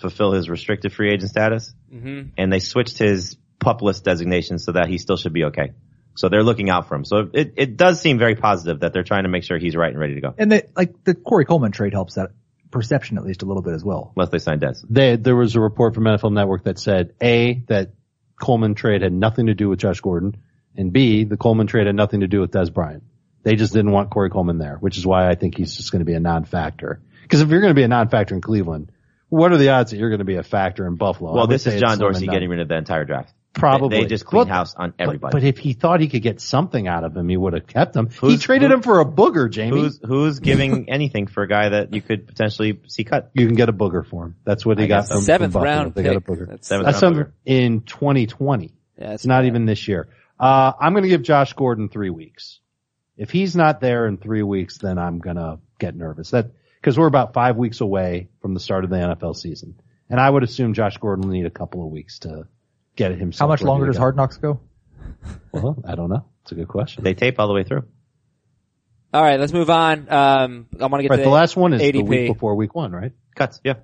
fulfill his restricted free agent status, mm-hmm. and they switched his pup list designation so that he still should be okay. So they're looking out for him. So it it does seem very positive that they're trying to make sure he's right and ready to go.
And they, like the Corey Coleman trade helps that perception at least a little bit as well.
Unless they sign Dez.
They, there was a report from NFL Network that said A, that Coleman trade had nothing to do with Josh Gordon, and B, the Coleman trade had nothing to do with Des Bryant. They just didn't want Corey Coleman there, which is why I think he's just going to be a non-factor. Because if you're going to be a non-factor in Cleveland, what are the odds that you're going to be a factor in Buffalo? I
Well,
would
this
say
is
it's
John
slim and
Dorsey
none.
getting rid of the entire draft. They-
Probably.
they, just clean
Well,
house on
But,
everybody.
but if he thought he could get something out of him, he would have kept him. he
Who's-
traded
who-
him for a booger, Jamie.
who's (laughs) who's giving anything for a guy that you could potentially see cut?
you can get a booger for him. That's what he
I
got
guess
from
seventh
from Buffalo.
round
They
pick?
got a booger.
That's-
Seventh
That's
round
some
booger.
in 2020.
Yeah,
It's not even this year. Uh, I'm going to give Josh Gordon three weeks. If he's not there in three weeks, then I'm going to get nervous. That because we're about five weeks away from the start of the NFL season, and I would assume Josh Gordon will need a couple of weeks to get himself.
How much
ready
longer
to
does
go.
Hard Knocks go?
Well, I don't know. It's a good question.
They tape all the way through.
All right, let's move on. Um, I want to get
Right,
to
the last one is the
ADP.
week before week one, right?
Cuts. Yeah.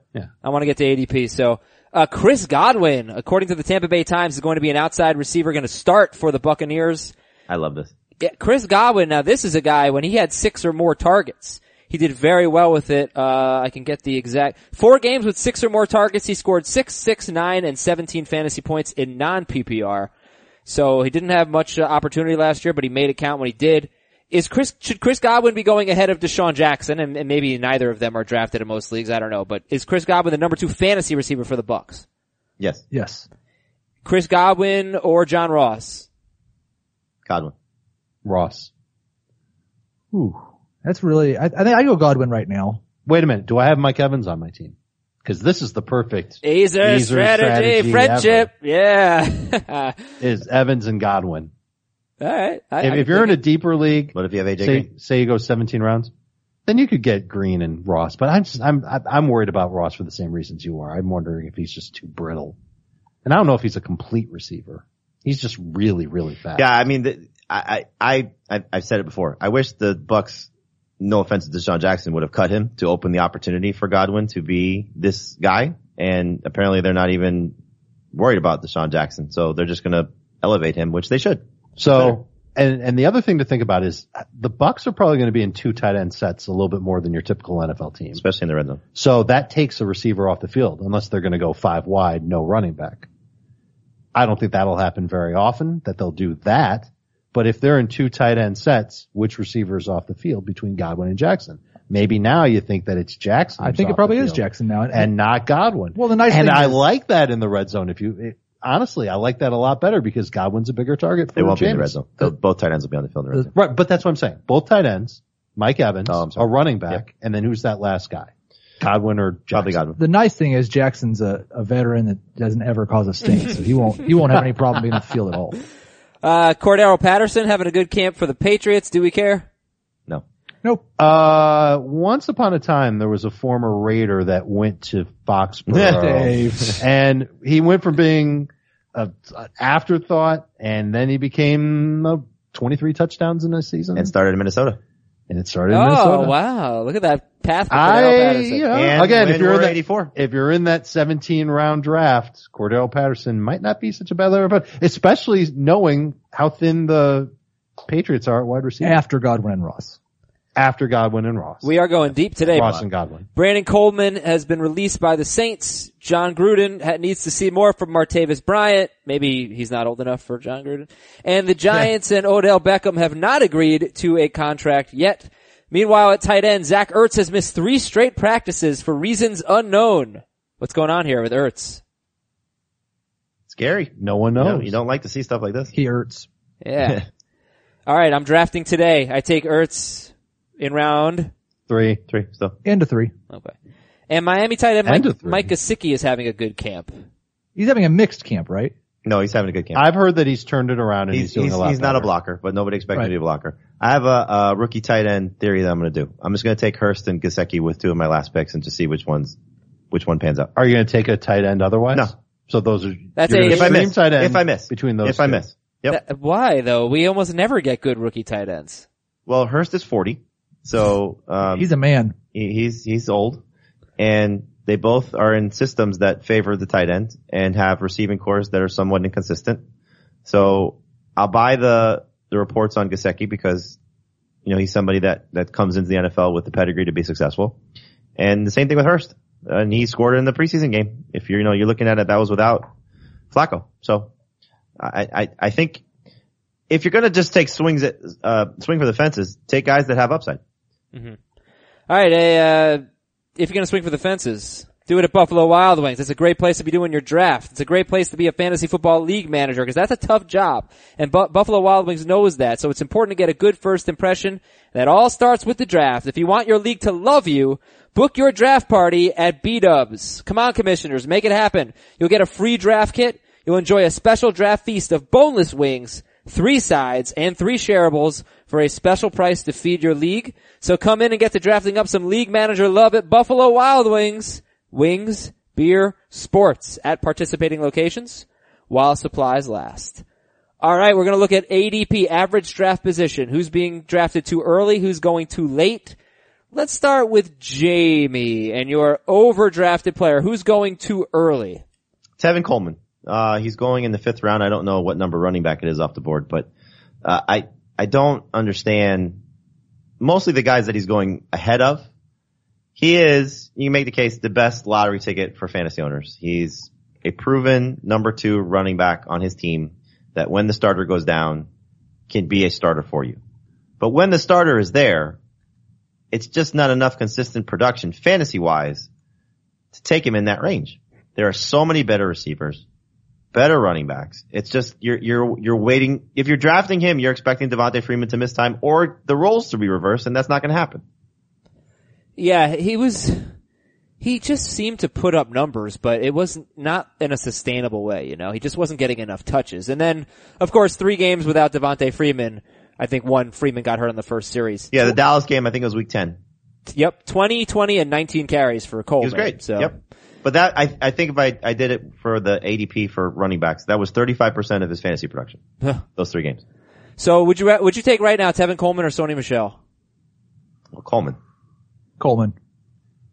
I want to get to ADP. So, uh, Chris Godwin, according to the Tampa Bay Times, is going to be an outside receiver going to start for the Buccaneers.
I love this.
Yeah, Chris Godwin, now this is a guy when he had six or more targets, he did very well with it. Uh, I can get the exact four games with six or more targets. He scored six, six, nine, and 17 fantasy points in non PPR. So he didn't have much uh, opportunity last year, but he made it count when he did. Is Chris, should Chris Godwin be going ahead of Deshaun Jackson? And, and maybe neither of them are drafted in most leagues. I don't know, but is Chris Godwin the number two fantasy receiver for the Bucks?
Yes.
Yes.
Chris Godwin or John Ross?
Godwin.
Ross.
Ooh, that's really. I, I think I go Godwin right now.
Wait a minute. Do I have Mike Evans on my team? Because this is the perfect
Is there
These are
strategy,
strategy
friendship.
(laughs)
Yeah. (laughs)
is Evans and Godwin.
All right. I,
If, if you're in a deeper league,
What if you have AJ
say,
Green?
say you go 17 rounds, then you could get Green and Ross. But I'm just, I'm I'm- I'm worried about Ross for the same reasons you are. I'm wondering if he's just too brittle, and I don't know if he's a complete receiver. He's just really really fast.
Yeah, I mean, the, I, I, I, I- I've said it before. I wish the Bucks, no offense to Deshaun Jackson, would have cut him to open the opportunity for Godwin to be this guy. And apparently, they're not even worried about Deshaun Jackson, so they're just going to elevate him, which they should.
So, and and the other thing to think about is uh, the Bucks are probably going to be in two tight end sets a little bit more than your typical NFL team.
Especially in the red zone.
So that takes a receiver off the field unless they're going to go five wide, no running back. I don't think that'll happen very often that they'll do that. But if they're in two tight end sets, which receiver is off the field between Godwin and Jackson? Maybe now you think that it's Jackson.
I
who's
think it
off
probably
the
is
field
Jackson now. And,
and not Godwin.
Well, the nice
and
thing
I
is-
like that in the red zone. If you it, honestly, I like that a lot better because Godwin's a bigger target. For
They won't be in the
Jameis.
red zone. They'll- both tight ends will be on the field in the red zone.
Right, but that's what I'm saying. Both tight ends, Mike Evans,
Oh, I'm sorry.
a running back, and then who's that last guy? Godwin or Jackson?
Probably Godwin.
the nice thing is Jackson's a, a veteran that doesn't ever cause a stink, so he won't he won't have any problem being on the field at all.
Uh, Cordero Patterson having a good camp for the Patriots. Do we care?
No.
Nope.
Uh, once upon a time, there was a former Raider that went to
(laughs)
Foxborough,
Dave.
and he went from being a, an afterthought, and then he became uh 23 touchdowns in a season,
And started in Minnesota.
and it started in
Oh
Minnesota.
wow! Look at that path for Cordell
I,
Patterson.
you know,
Oh, And
again,
when
if you're
we're
in that,
84.
if you're in that 17 round draft, Cordell Patterson might not be such a bad liver, but especially knowing how thin the Patriots are at wide receiver
after Godwin and Ross.
after Godwin and Ross.
We are going deep today.
Ross
Bob.
and Godwin.
Brandon Coleman has been released by the Saints. John Gruden ha- needs to see more from Martavis Bryant. Maybe he's not old enough for John Gruden. And the Giants and Odell Beckham have not agreed to a contract yet. Meanwhile, at tight end, Zach Ertz has missed three straight practices for reasons unknown. What's going on here with Ertz?
Scary.
No one
You
knows.
know, you don't like to see stuff like this.
He hurts.
Yeah. All right, I'm drafting today. I take Ertz in round.
Three.
Three. So
End of three.
Okay. And Miami tight end
End of
Mike,
three.
Mike Gesicki is having a good camp.
He's having a mixed camp, right?
no, he's having a good camp.
I've heard that he's turned it around and he's,
he's
doing
he's,
a lot
he's not a
better.
blocker, but nobody expected
Right.
to be a blocker. I have a, a rookie tight end theory that I'm going to do. I'm just going to take Hurst and Gasecki with two of my last picks and just see which ones which one pans out.
Are you going to take a tight end otherwise?
No.
So those are
That's
you're
a-
gonna
If I
stream
miss.
tight end
If I miss.
between those
if I
two.
miss, yep.
That- why though? We almost never get good rookie tight ends.
well, Hurst is 40, so um,
He's a man.
he- he's he's old, and they both are in systems that favor the tight end and have receiving cores that are somewhat inconsistent. So I'll buy the the reports on Gasecki because you know he's somebody that that comes into the NFL with the pedigree to be successful, and the same thing with Hurst, and he scored in the preseason game. If you're you know you're looking at it, that was without Flacco. So I I, I think. If you're gonna just take swings at, uh, swing for the fences, take guys that have upside.
All right, eh, uh, if you're gonna swing for the fences, do it at Buffalo Wild Wings. It's a great place to be doing your draft. It's a great place to be a fantasy football league manager because that's a tough job, and Bu- Buffalo Wild Wings knows that. So it's important to get a good first impression. That all starts with the draft. If you want your league to love you, book your draft party at B Dubs. Come on, commissioners, make it happen. You'll get a free draft kit. You'll enjoy a special draft feast of boneless wings. three sides, and three shareables for a special price to feed your league. So come in and get to drafting up some league manager love at Buffalo Wild Wings, wings, beer, sports at participating locations while supplies last. All right, we're going to look at ADP, average draft position. Who's being drafted too early? Who's going too late? Let's start with Jamie and your overdrafted player. Who's going too early?
Tevin Coleman. Uh, he's going in the fifth round. I don't know what number running back it is off the board, but uh, I I don't understand mostly the guys that he's going ahead of. He is, you can make the case, the best lottery ticket for fantasy owners. He's a proven number two running back on his team that when the starter goes down can be a starter for you. But when the starter is there, it's just not enough consistent production fantasy wise to take him in that range. There are so many better receivers, better running backs. It's just you're you're you're waiting. If you're drafting him, you're expecting Devontae Freeman to miss time or the roles to be reversed, and that's not going to happen.
Yeah, he was. He just seemed to put up numbers, but it was not in a sustainable way. You know, he just wasn't getting enough touches. And then, of course, three games without Devontae Freeman. I think one Freeman got hurt on the first series.
Yeah, the Dallas game, I think it was week ten.
Yep, 20, 20, and 19 carries for Cole.
He was great.
So
Yep. But that I I think if I I did it for the ADP for running backs, that was 35 percent of his fantasy production. Those three games.
So would you ra- would you take right now Tevin Coleman or Sony Michelle?
Well, Coleman.
Coleman.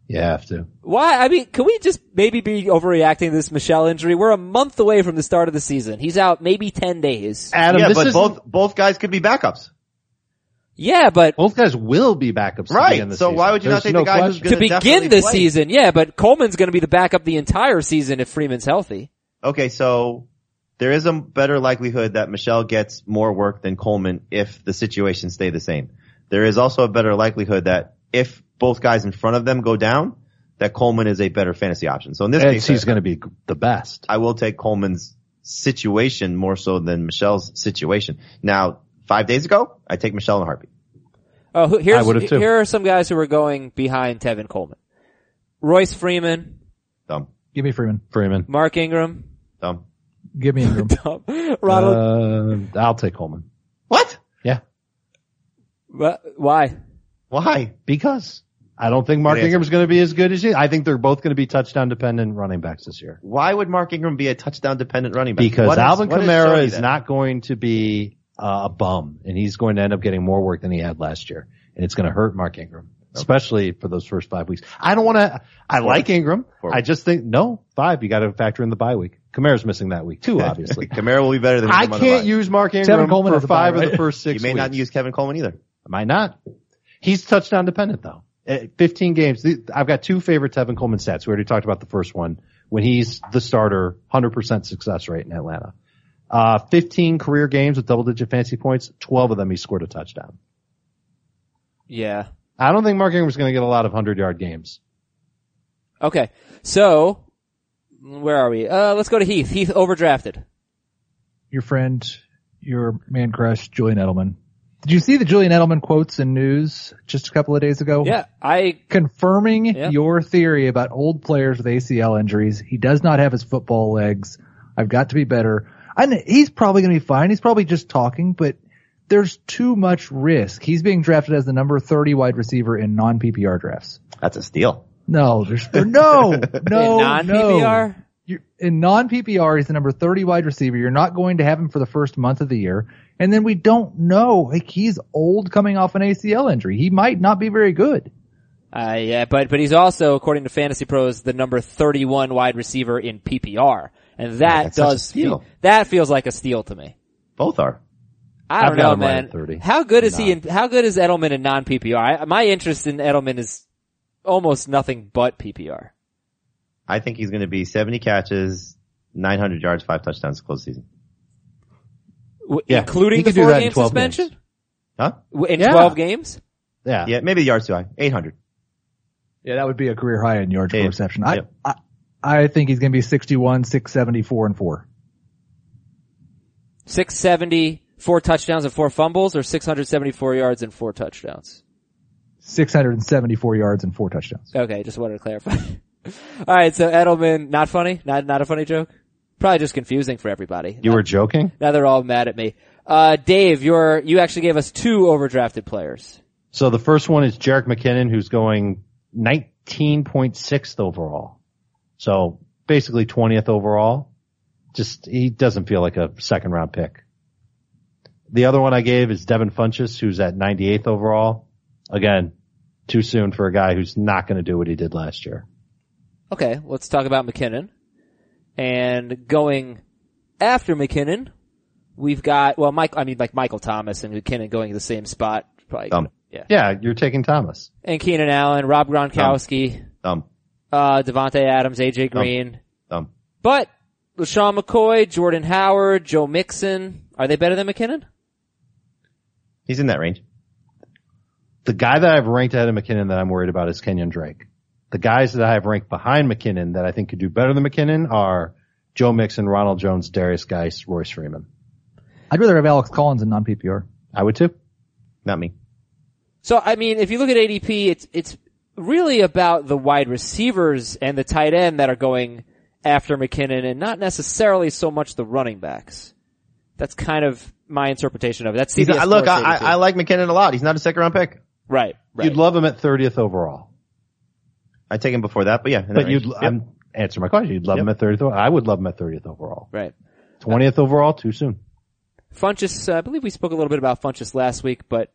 Yeah, I have to.
Why? I mean, can we just maybe be overreacting to this Michelle injury? We're a month away from the start of the season. He's out maybe 10 days.
Adam,
yeah,
this
but
isn't-
both both guys could be backups.
Yeah, but
both guys will be backups. to
Right.
begin the
So
season.
why would you
There's
not take
no
the guy who's
question.
to
gonna definitely
begin the
play.
season, yeah, but Coleman's going to be the backup the entire season if Freeman's healthy.
okay, so there is a better likelihood that Michelle gets more work than Coleman if the situations stay the same. There is also a better likelihood that if both guys in front of them go down, that Coleman is a better fantasy option. So in this
And
case,
he's
I-
going to be g- the best.
I will take Coleman's situation more so than Michelle's situation. Now, five days ago, I take Michelle in a heartbeat.
Oh, who- here's,
I would've too.
here are some guys who are going behind Tevin Coleman. Royce Freeman,
Dumb,
Give me Freeman.
Freeman.
Mark Ingram, (laughs)
dumb.
Give me Ingram.
Ronald,
Uh, I'll take Coleman.
What?
Yeah.
Wha- why?
Why?
Because I don't think Mark
Good answer.
Ingram's going to be as good as you. I think they're both going to be touchdown dependent running backs this year.
Why would Mark Ingram be a touchdown dependent running back?
Because
What is-
Alvin
what
Kamara
Shoney
is
then?
not going to be uh, a bum and he's going to end up getting more work than he had last year. And it's going to hurt Mark Ingram. especially for those first five weeks. I don't want to. I like Ingram.
Four.
I just think no five. You got to factor in the bye week. Kamara's missing that week too, (laughs) obviously.
Kamara will be better than
I
him on the bye.
can't use Mark Ingram
Coleman
for
has a bye,
five of the
right?
first
You
six.
may not
weeks.
use Kevin Coleman either.
Might not. He's touchdown dependent though. At 15 games. th- I've got two favorite Tevin Coleman stats. We already talked about the first one when he's the starter, 100% success rate in Atlanta. Uh, 15 career games with double digit fantasy points. 12 of them he scored a touchdown.
Yeah.
I don't think Mark Ingram's going to get a lot of 100 yard games.
Okay. So, where are we? Uh, let's go to Heath. Heath overdrafted.
Your friend, your man crush, Julian Edelman. Did you see the Julian Edelman quotes and news just a couple of days ago?
Yeah. I,
confirming
Yeah.
your theory about old players with ACL injuries. He does not have his football legs. I've got to be better. I kn- he's probably going to be fine. He's probably just talking, but there's too much risk. He's being drafted as the number 30 wide receiver in non PPR drafts.
That's a steal.
No, there's there-
(laughs)
no, no,
non PPR?
no. You're, in non PPR, he's the number 30 wide receiver. You're not going to have him for the first month of the year. And then we don't know. Like he's old coming off an ACL injury. He might not be very good.
Uh, yeah, but, but he's also, according to Fantasy Pros, the number 31 wide receiver in PPR. And that
that's such a
does
steal.
feel, that feels like a steal to me.
Both are.
I
I've
don't
got
know,
him right
man.
at 30.
How good is he in, how good is Edelman in non PPR? My interest in Edelman is almost nothing but PPR.
I think he's going to be 70 catches, 900 yards, five touchdowns to close the season.
W-
Yeah.
Including
He
the
could do
four
that in
game
12 games.
suspension?
Huh?
W- In
Yeah.
12 games?
Yeah.
Yeah, maybe the yards too high. 800.
Yeah, that would be a career high in yards per
Yeah.
reception.
Yeah.
I, I I think he's going to be 61, 674, and four.
670, four touchdowns and four fumbles or 674 yards and four touchdowns?
674 yards and four touchdowns.
Okay, just wanted to clarify. (laughs) All right, so Edelman, not funny, not not a funny joke. Probably just confusing for everybody.
You were joking?
now they're all mad at me. Uh, Dave, you're you actually gave us two overdrafted players.
So the first one is Jarek McKinnon, who's going 19.6th overall. So basically 20th overall. Just, he doesn't feel like a second round pick. The other one I gave is Devin Funches, who's at 98th overall. Again, too soon for a guy who's not going to do what he did last year.
Okay, let's talk about McKinnon. And going after McKinnon, we've got well, Mike. I mean, like Michael Thomas and McKinnon going to the same spot. Probably,
Dumb.
yeah.
Yeah, you're taking Thomas.
And Keenan Allen, Rob Gronkowski,
Dumb.
uh, Devontae Adams, AJ Green.
Dumb.
But LaShawn McCoy, Jordan Howard, Joe Mixon, are they better than McKinnon?
He's in that range.
The guy that I've ranked ahead of McKinnon that I'm worried about is Kenyon Drake. The guys that I have ranked behind McKinnon that I think could do better than McKinnon are Joe Mixon, Ronald Jones, Darius Geis, Royce Freeman.
I'd rather have Alex Collins in non PPR.
I would too.
Not me.
So I mean, if you look at ADP, it's it's really about the wide receivers and the tight end that are going after McKinnon, and not necessarily so much the running backs. That's kind of my interpretation of it. That's
He's
CBS
I, look, I,
Sports
I,
82.
I like McKinnon a lot. He's not a second round pick.
right, right.
You'd love him at 30th overall,
I take him before that, but yeah. in that
but you'd
range. Yep.
I'm, answer my question. You'd love him at 30th. o- I would love him at 30th overall.
right.
20th overall too soon.
Funchess, uh, I believe we spoke a little bit about Funchess last week, but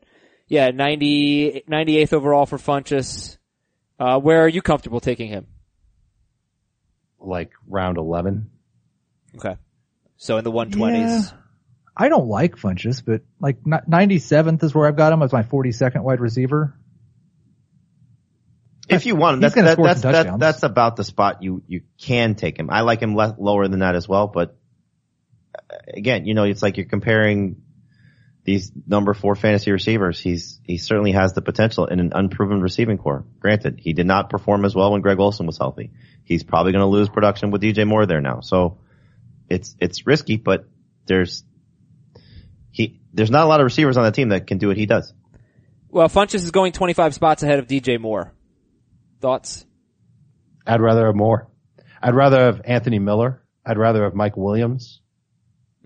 yeah, 90, 98th overall for Funchess. Uh, where are you comfortable taking him?
Like round 11.
Okay. So in the 120s.
I don't like Funches, but like ni- 97th is where I've got him as my 42nd wide receiver.
if you want him,
He's
that's,
gonna
that,
score
that's,
some
that,
touchdowns.
that's about the spot you, you can take him. I like him le- lower than that as well, but uh, again, you know, it's like you're comparing these number four fantasy receivers. He's, he certainly has the potential in an unproven receiving core. Granted, he did not perform as well when Greg Olson was healthy. He's probably going to lose production with DJ Moore there now. So it's, it's risky, but there's, he, there's not a lot of receivers on that team that can do what he does.
Well, Funchess is going 25 spots ahead of DJ Moore. Thoughts?
I'd rather have more. I'd rather have Anthony Miller. I'd rather have Mike Williams.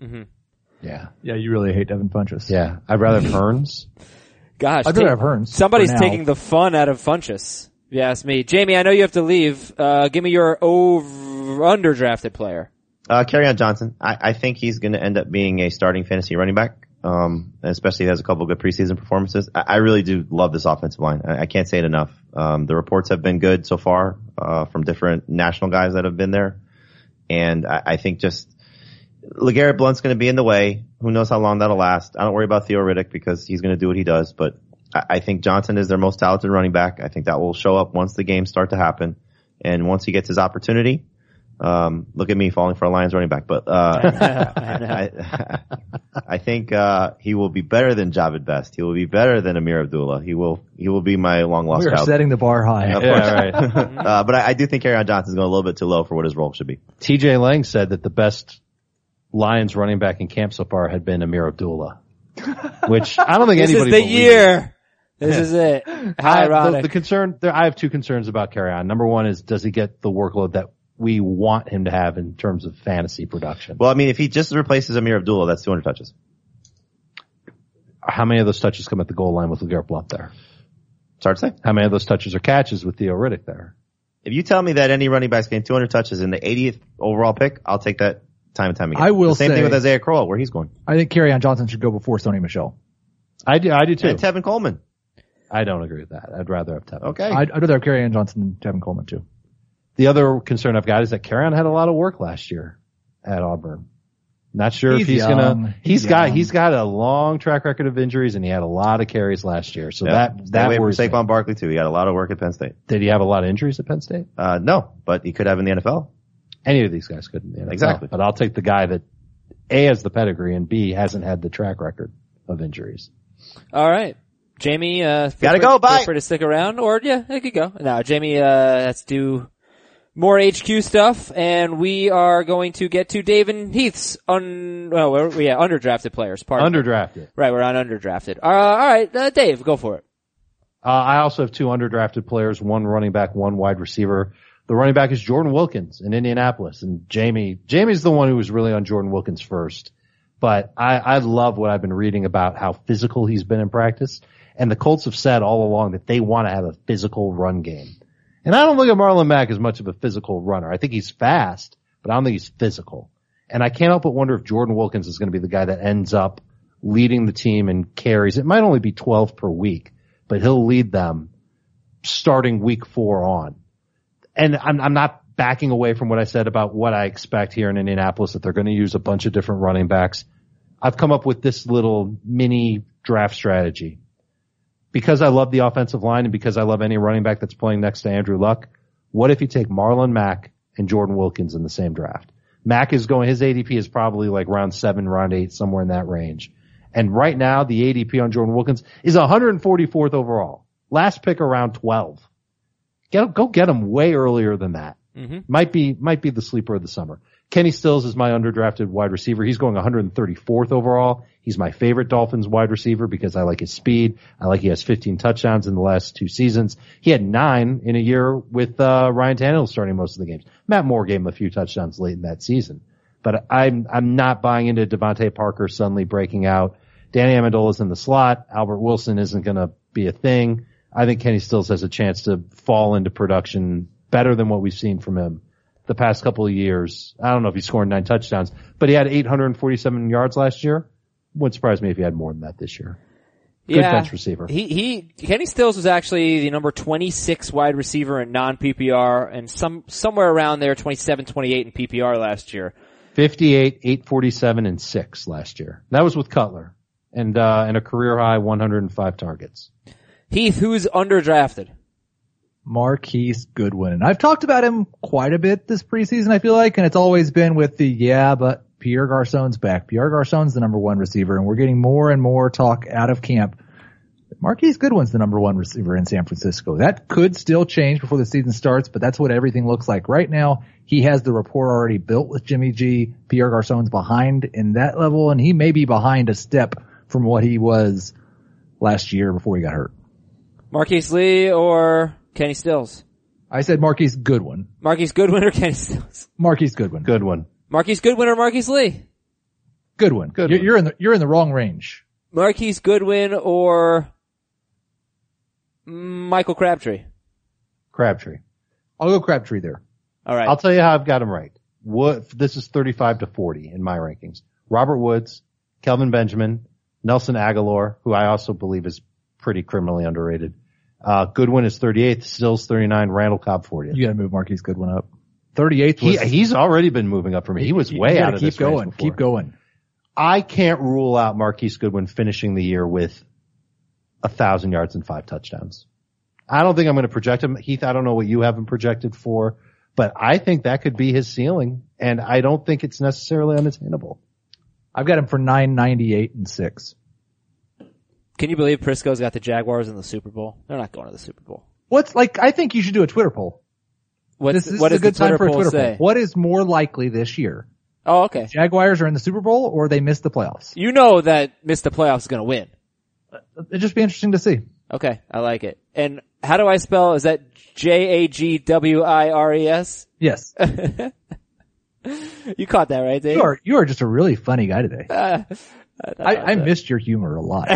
Mhm.
Yeah.
Yeah, you really hate Devin Funches.
Yeah. I'd rather have Hearns.
Gosh.
I'd
take-
rather have Hearns.
Somebody's
for now.
taking the fun out of Funchess. If you ask me. Jamie, I know you have to leave. Uh, give me your over, under drafted player.
Uh, on Johnson. I, I think he's going to end up being a starting fantasy running back. um, especially if he has a couple good preseason performances. I, I really do love this offensive line. I, I can't say it enough. Um, the reports have been good so far uh, from different national guys that have been there, and I, I think just Legarrette Blunt's going to be in the way. Who knows how long that'll last? I don't worry about Theo Riddick because he's going to do what he does, but I, I think Johnson is their most talented running back. I think that will show up once the games start to happen, and once he gets his opportunity. Um, look at me falling for a Lions running back, but uh, I, I, I think uh, he will be better than Javid Best. He will be better than Amir Abdullah. He will he will be my long lost
We are
child.
setting the bar high.
(laughs)
Of
(laughs)
course. (laughs) uh, but I, I do think Carry Johnson's going a little bit too low for what his role should be.
TJ Lang said that the best Lions running back in camp so far had been Amir Abdullah, which I don't
(laughs)
think
This is the
anybody. believes. (laughs)
year. This is it.
I,
How
the, the
ironic.
concern there, I have two concerns about Carry On. Number one is does he get the workload that we want him to have in terms of fantasy production?
Well, I mean, if he just replaces Amir Abdullah, that's 200 touches.
How many of those touches come at the goal line with LeGarrette Blunt there?
It's hard to say.
How many of those touches are catches with Theo Riddick there?
If you tell me that any running back's getting 200 touches in the 80th overall pick, I'll take that time and time again.
I will
The same
say-
thing with Isaiah Crowell, where he's going.
I think Carry on Johnson should go before Sony Michelle.
I do, I do too.
And Tevin Coleman.
I don't agree with that. I'd rather have Tevin.
Okay.
I'd, I'd rather have Carry on Johnson than Tevin Coleman too.
The other concern I've got is that Carrion had a lot of work last year at Auburn. Not sure if
He's
he's
young.
gonna.
He's
he's got.
young.
He's got a long track record of injuries, and he had a lot of carries last year. So
Yeah.
that
Stay
that
away from
worries me.
Saquon Barkley too. He got a lot of work at Penn State.
Did he have a lot of injuries at Penn State?
Uh, no, but he could have in the NFL.
Any of these guys could in the NFL.
Exactly.
But I'll take the guy that A has the pedigree and B hasn't had the track record of injuries.
All right. Jamie, uh, feel
Gotta
free-
go, bye.
Feel free to stick around or yeah, it could go. No, Jamie, uh, has to do more HQ stuff and we are going to get to Dave and Heath's un, oh, we're- yeah, underdrafted players. Pardon. me.
Underdrafted.
Right, we're on underdrafted. Uh, alright, uh, Dave, go for it.
Uh, I also have two underdrafted players, one running back, one wide receiver. The running back is Jordan Wilkins in Indianapolis and Jamie, Jamie's the one who was really on Jordan Wilkins first, but I, I love what I've been reading about how physical he's been in practice and the Colts have said all along that they want to have a physical run game. And I don't look at Marlon Mack as much of a physical runner. I think he's fast, but I don't think he's physical. And I can't help but wonder if Jordan Wilkins is going to be the guy that ends up leading the team in carries. It might only be 12 per week, but he'll lead them starting week four on. And I'm, I'm not backing away from what I said about what I expect here in Indianapolis that they're going to use a bunch of different running backs. I've come up with this little mini draft strategy because I love the offensive line and because I love any running back that's playing next to Andrew Luck, what if you take Marlon Mack and Jordan Wilkins in the same draft? Mack is going, his ADP is probably like round seven, round eight, somewhere in that range. And right now, the ADP on Jordan Wilkins is 144th overall. Last pick around 12. Get, go get him way earlier than that. Mm-hmm. Might be, might be the sleeper of the summer. Kenny Stills is my underdrafted wide receiver. He's going 134th overall. He's my favorite Dolphins wide receiver because I like his speed. I like he has 15 touchdowns in the last two seasons. He had nine in a year with, uh, Ryan Tannehill starting most of the games. Matt Moore gave him a few touchdowns late in that season, but I'm, I'm not buying into Devontae Parker suddenly breaking out. Danny Amendola's in the slot. Albert Wilson isn't going to be a thing. I think Kenny Stills has a chance to fall into production better than what we've seen from him the past couple of years. I don't know if he scored nine touchdowns, but he had 847 yards last year. Wouldn't surprise me if he had more than that this year. Good
yeah.
bench receiver.
He he Kenny Stills was actually the number 26 wide receiver in non PPR and some somewhere around there 27 28 in PPR last year.
58, 847, and six last year. That was with Cutler and, uh, and a career high 105 targets.
Heath, who's underdrafted?
Marquise Goodwin. And I've talked about him quite a bit this preseason, I feel like, and it's always been with the, yeah, but Pierre Garcon's back. Pierre Garcon's the number one receiver, and we're getting more and more talk out of camp. Marquise Goodwin's the number one receiver in San Francisco. That could still change before the season starts, but that's what everything looks like right now. He has the rapport already built with Jimmy G. Pierre Garcon's behind in that level, and he may be behind a step from what he was last year before he got hurt.
Marquise Lee or Kenny Stills?
I said Marquise Goodwin.
Marquise Goodwin or (laughs) Kenny Stills?
Marquise Goodwin.
Good one.
Marquise Goodwin or Marquise Lee?
Good one. Good. You're,
one.
you're in the you're in the wrong range.
Marquise Goodwin or Michael Crabtree?
Crabtree.
I'll go Crabtree there.
All right.
I'll tell you how I've got him right. What, this is 35 to 40 in my rankings. Robert Woods, Kelvin Benjamin, Nelson Aguilar, who I also believe is pretty criminally underrated. Uh, Goodwin is 38th, Stills 39, Randall Cobb 40th.
You got to move Marquise Goodwin up. 38th
He,
was
he's already been moving up for me. He was
you
way
gotta
out of
keep
this range
going.
before.
Keep going.
I can't rule out Marquise Goodwin finishing the year with a thousand yards and five touchdowns. I don't think I'm going to project him. Heath, I don't know what you have him projected for, but I think that could be his ceiling and I don't think it's necessarily unattainable.
I've got him for 998 and 6.
Can you believe Prisco's got the Jaguars in the Super Bowl? They're not going to the Super Bowl.
What's like, I think you should do a Twitter poll.
What,
This, this
what does
is a good
the Twitter
time for a
poll
Twitter
say?
poll. What is more likely this year?
Oh, okay.
Jaguars are in the Super Bowl or they miss the playoffs?
You know that missed the playoffs is going to win.
It'd just be interesting to see.
Okay, I like it. And how do I spell? Is that J A G W I R E S? (laughs)
Yes.
You caught that right, Dave?
You are, you are just a really funny
(laughs)
guy today. I, I missed your humor a lot.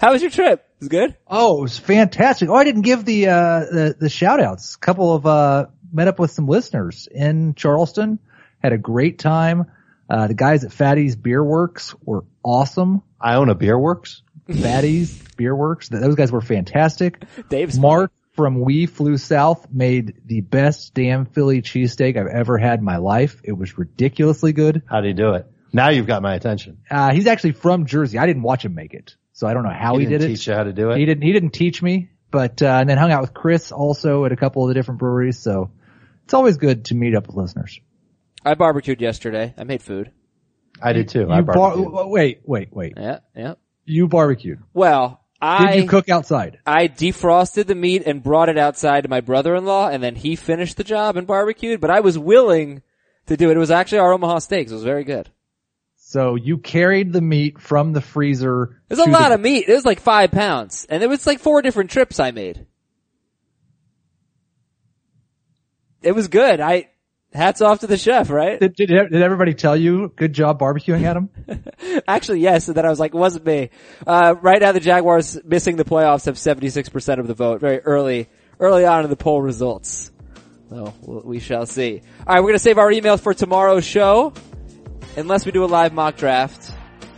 How was your trip? It was good.
Oh, it was fantastic. Oh, I didn't give the, uh, the, the shout outs. Couple of, uh, met up with some listeners in Charleston. Had a great time. Uh, the guys at Fatty's Beer Works were
(laughs)
awesome.
I own a beer works.
Fatty's Beer Works. th- Those guys were fantastic.
Dave's
Mark from We Flew South made the best damn Philly cheesesteak I've ever had in my life. It was ridiculously good.
How do you do it? Now you've got my attention.
Uh, he's actually from Jersey. I didn't watch him make it. So I don't know how he,
didn't
did it.
teach you how to do it.
He didn't. He didn't teach me, but uh, and then hung out with Chris also at a couple of the different breweries. So it's always good to meet up with listeners.
I barbecued yesterday. I made food.
I did too. I
You bar-
barbecued.
wait, wait, wait.
Yeah, yeah.
You barbecued. Did
Well, I
you cook outside?
I defrosted the meat and brought it outside to my brother-in-law, and then he finished the job and barbecued. But I was willing to do it. It was actually our Omaha Steaks. It was very good.
So you carried the meat from the freezer.
There's a lot of meat. It was like five pounds, and it was like four different trips I made. It was good. I hats off to the chef, right?
(laughs) Did, did, did everybody tell you good job barbecuing, Adam?
Actually, yes. And then I was like, it wasn't me. Uh, right now, the Jaguars missing the playoffs have 76% of the vote very early, early on in the poll results. So we'll- we shall see. All right. We're going to save our emails for tomorrow's show unless we do a live mock draft,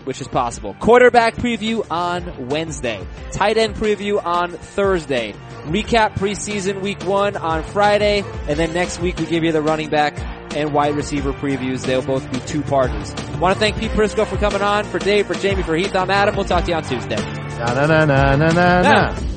which is possible. Quarterback preview on Wednesday. Tight end preview on Thursday. Recap preseason week one on Friday. And then next week we give you the running back and wide receiver previews. They'll both be two parties. want to thank Pete Prisco for coming on, for Dave, for Jamie, for Heath. I'm Adam. We'll talk to you on Tuesday.
Na, na, na, na, na, na, na.
Now.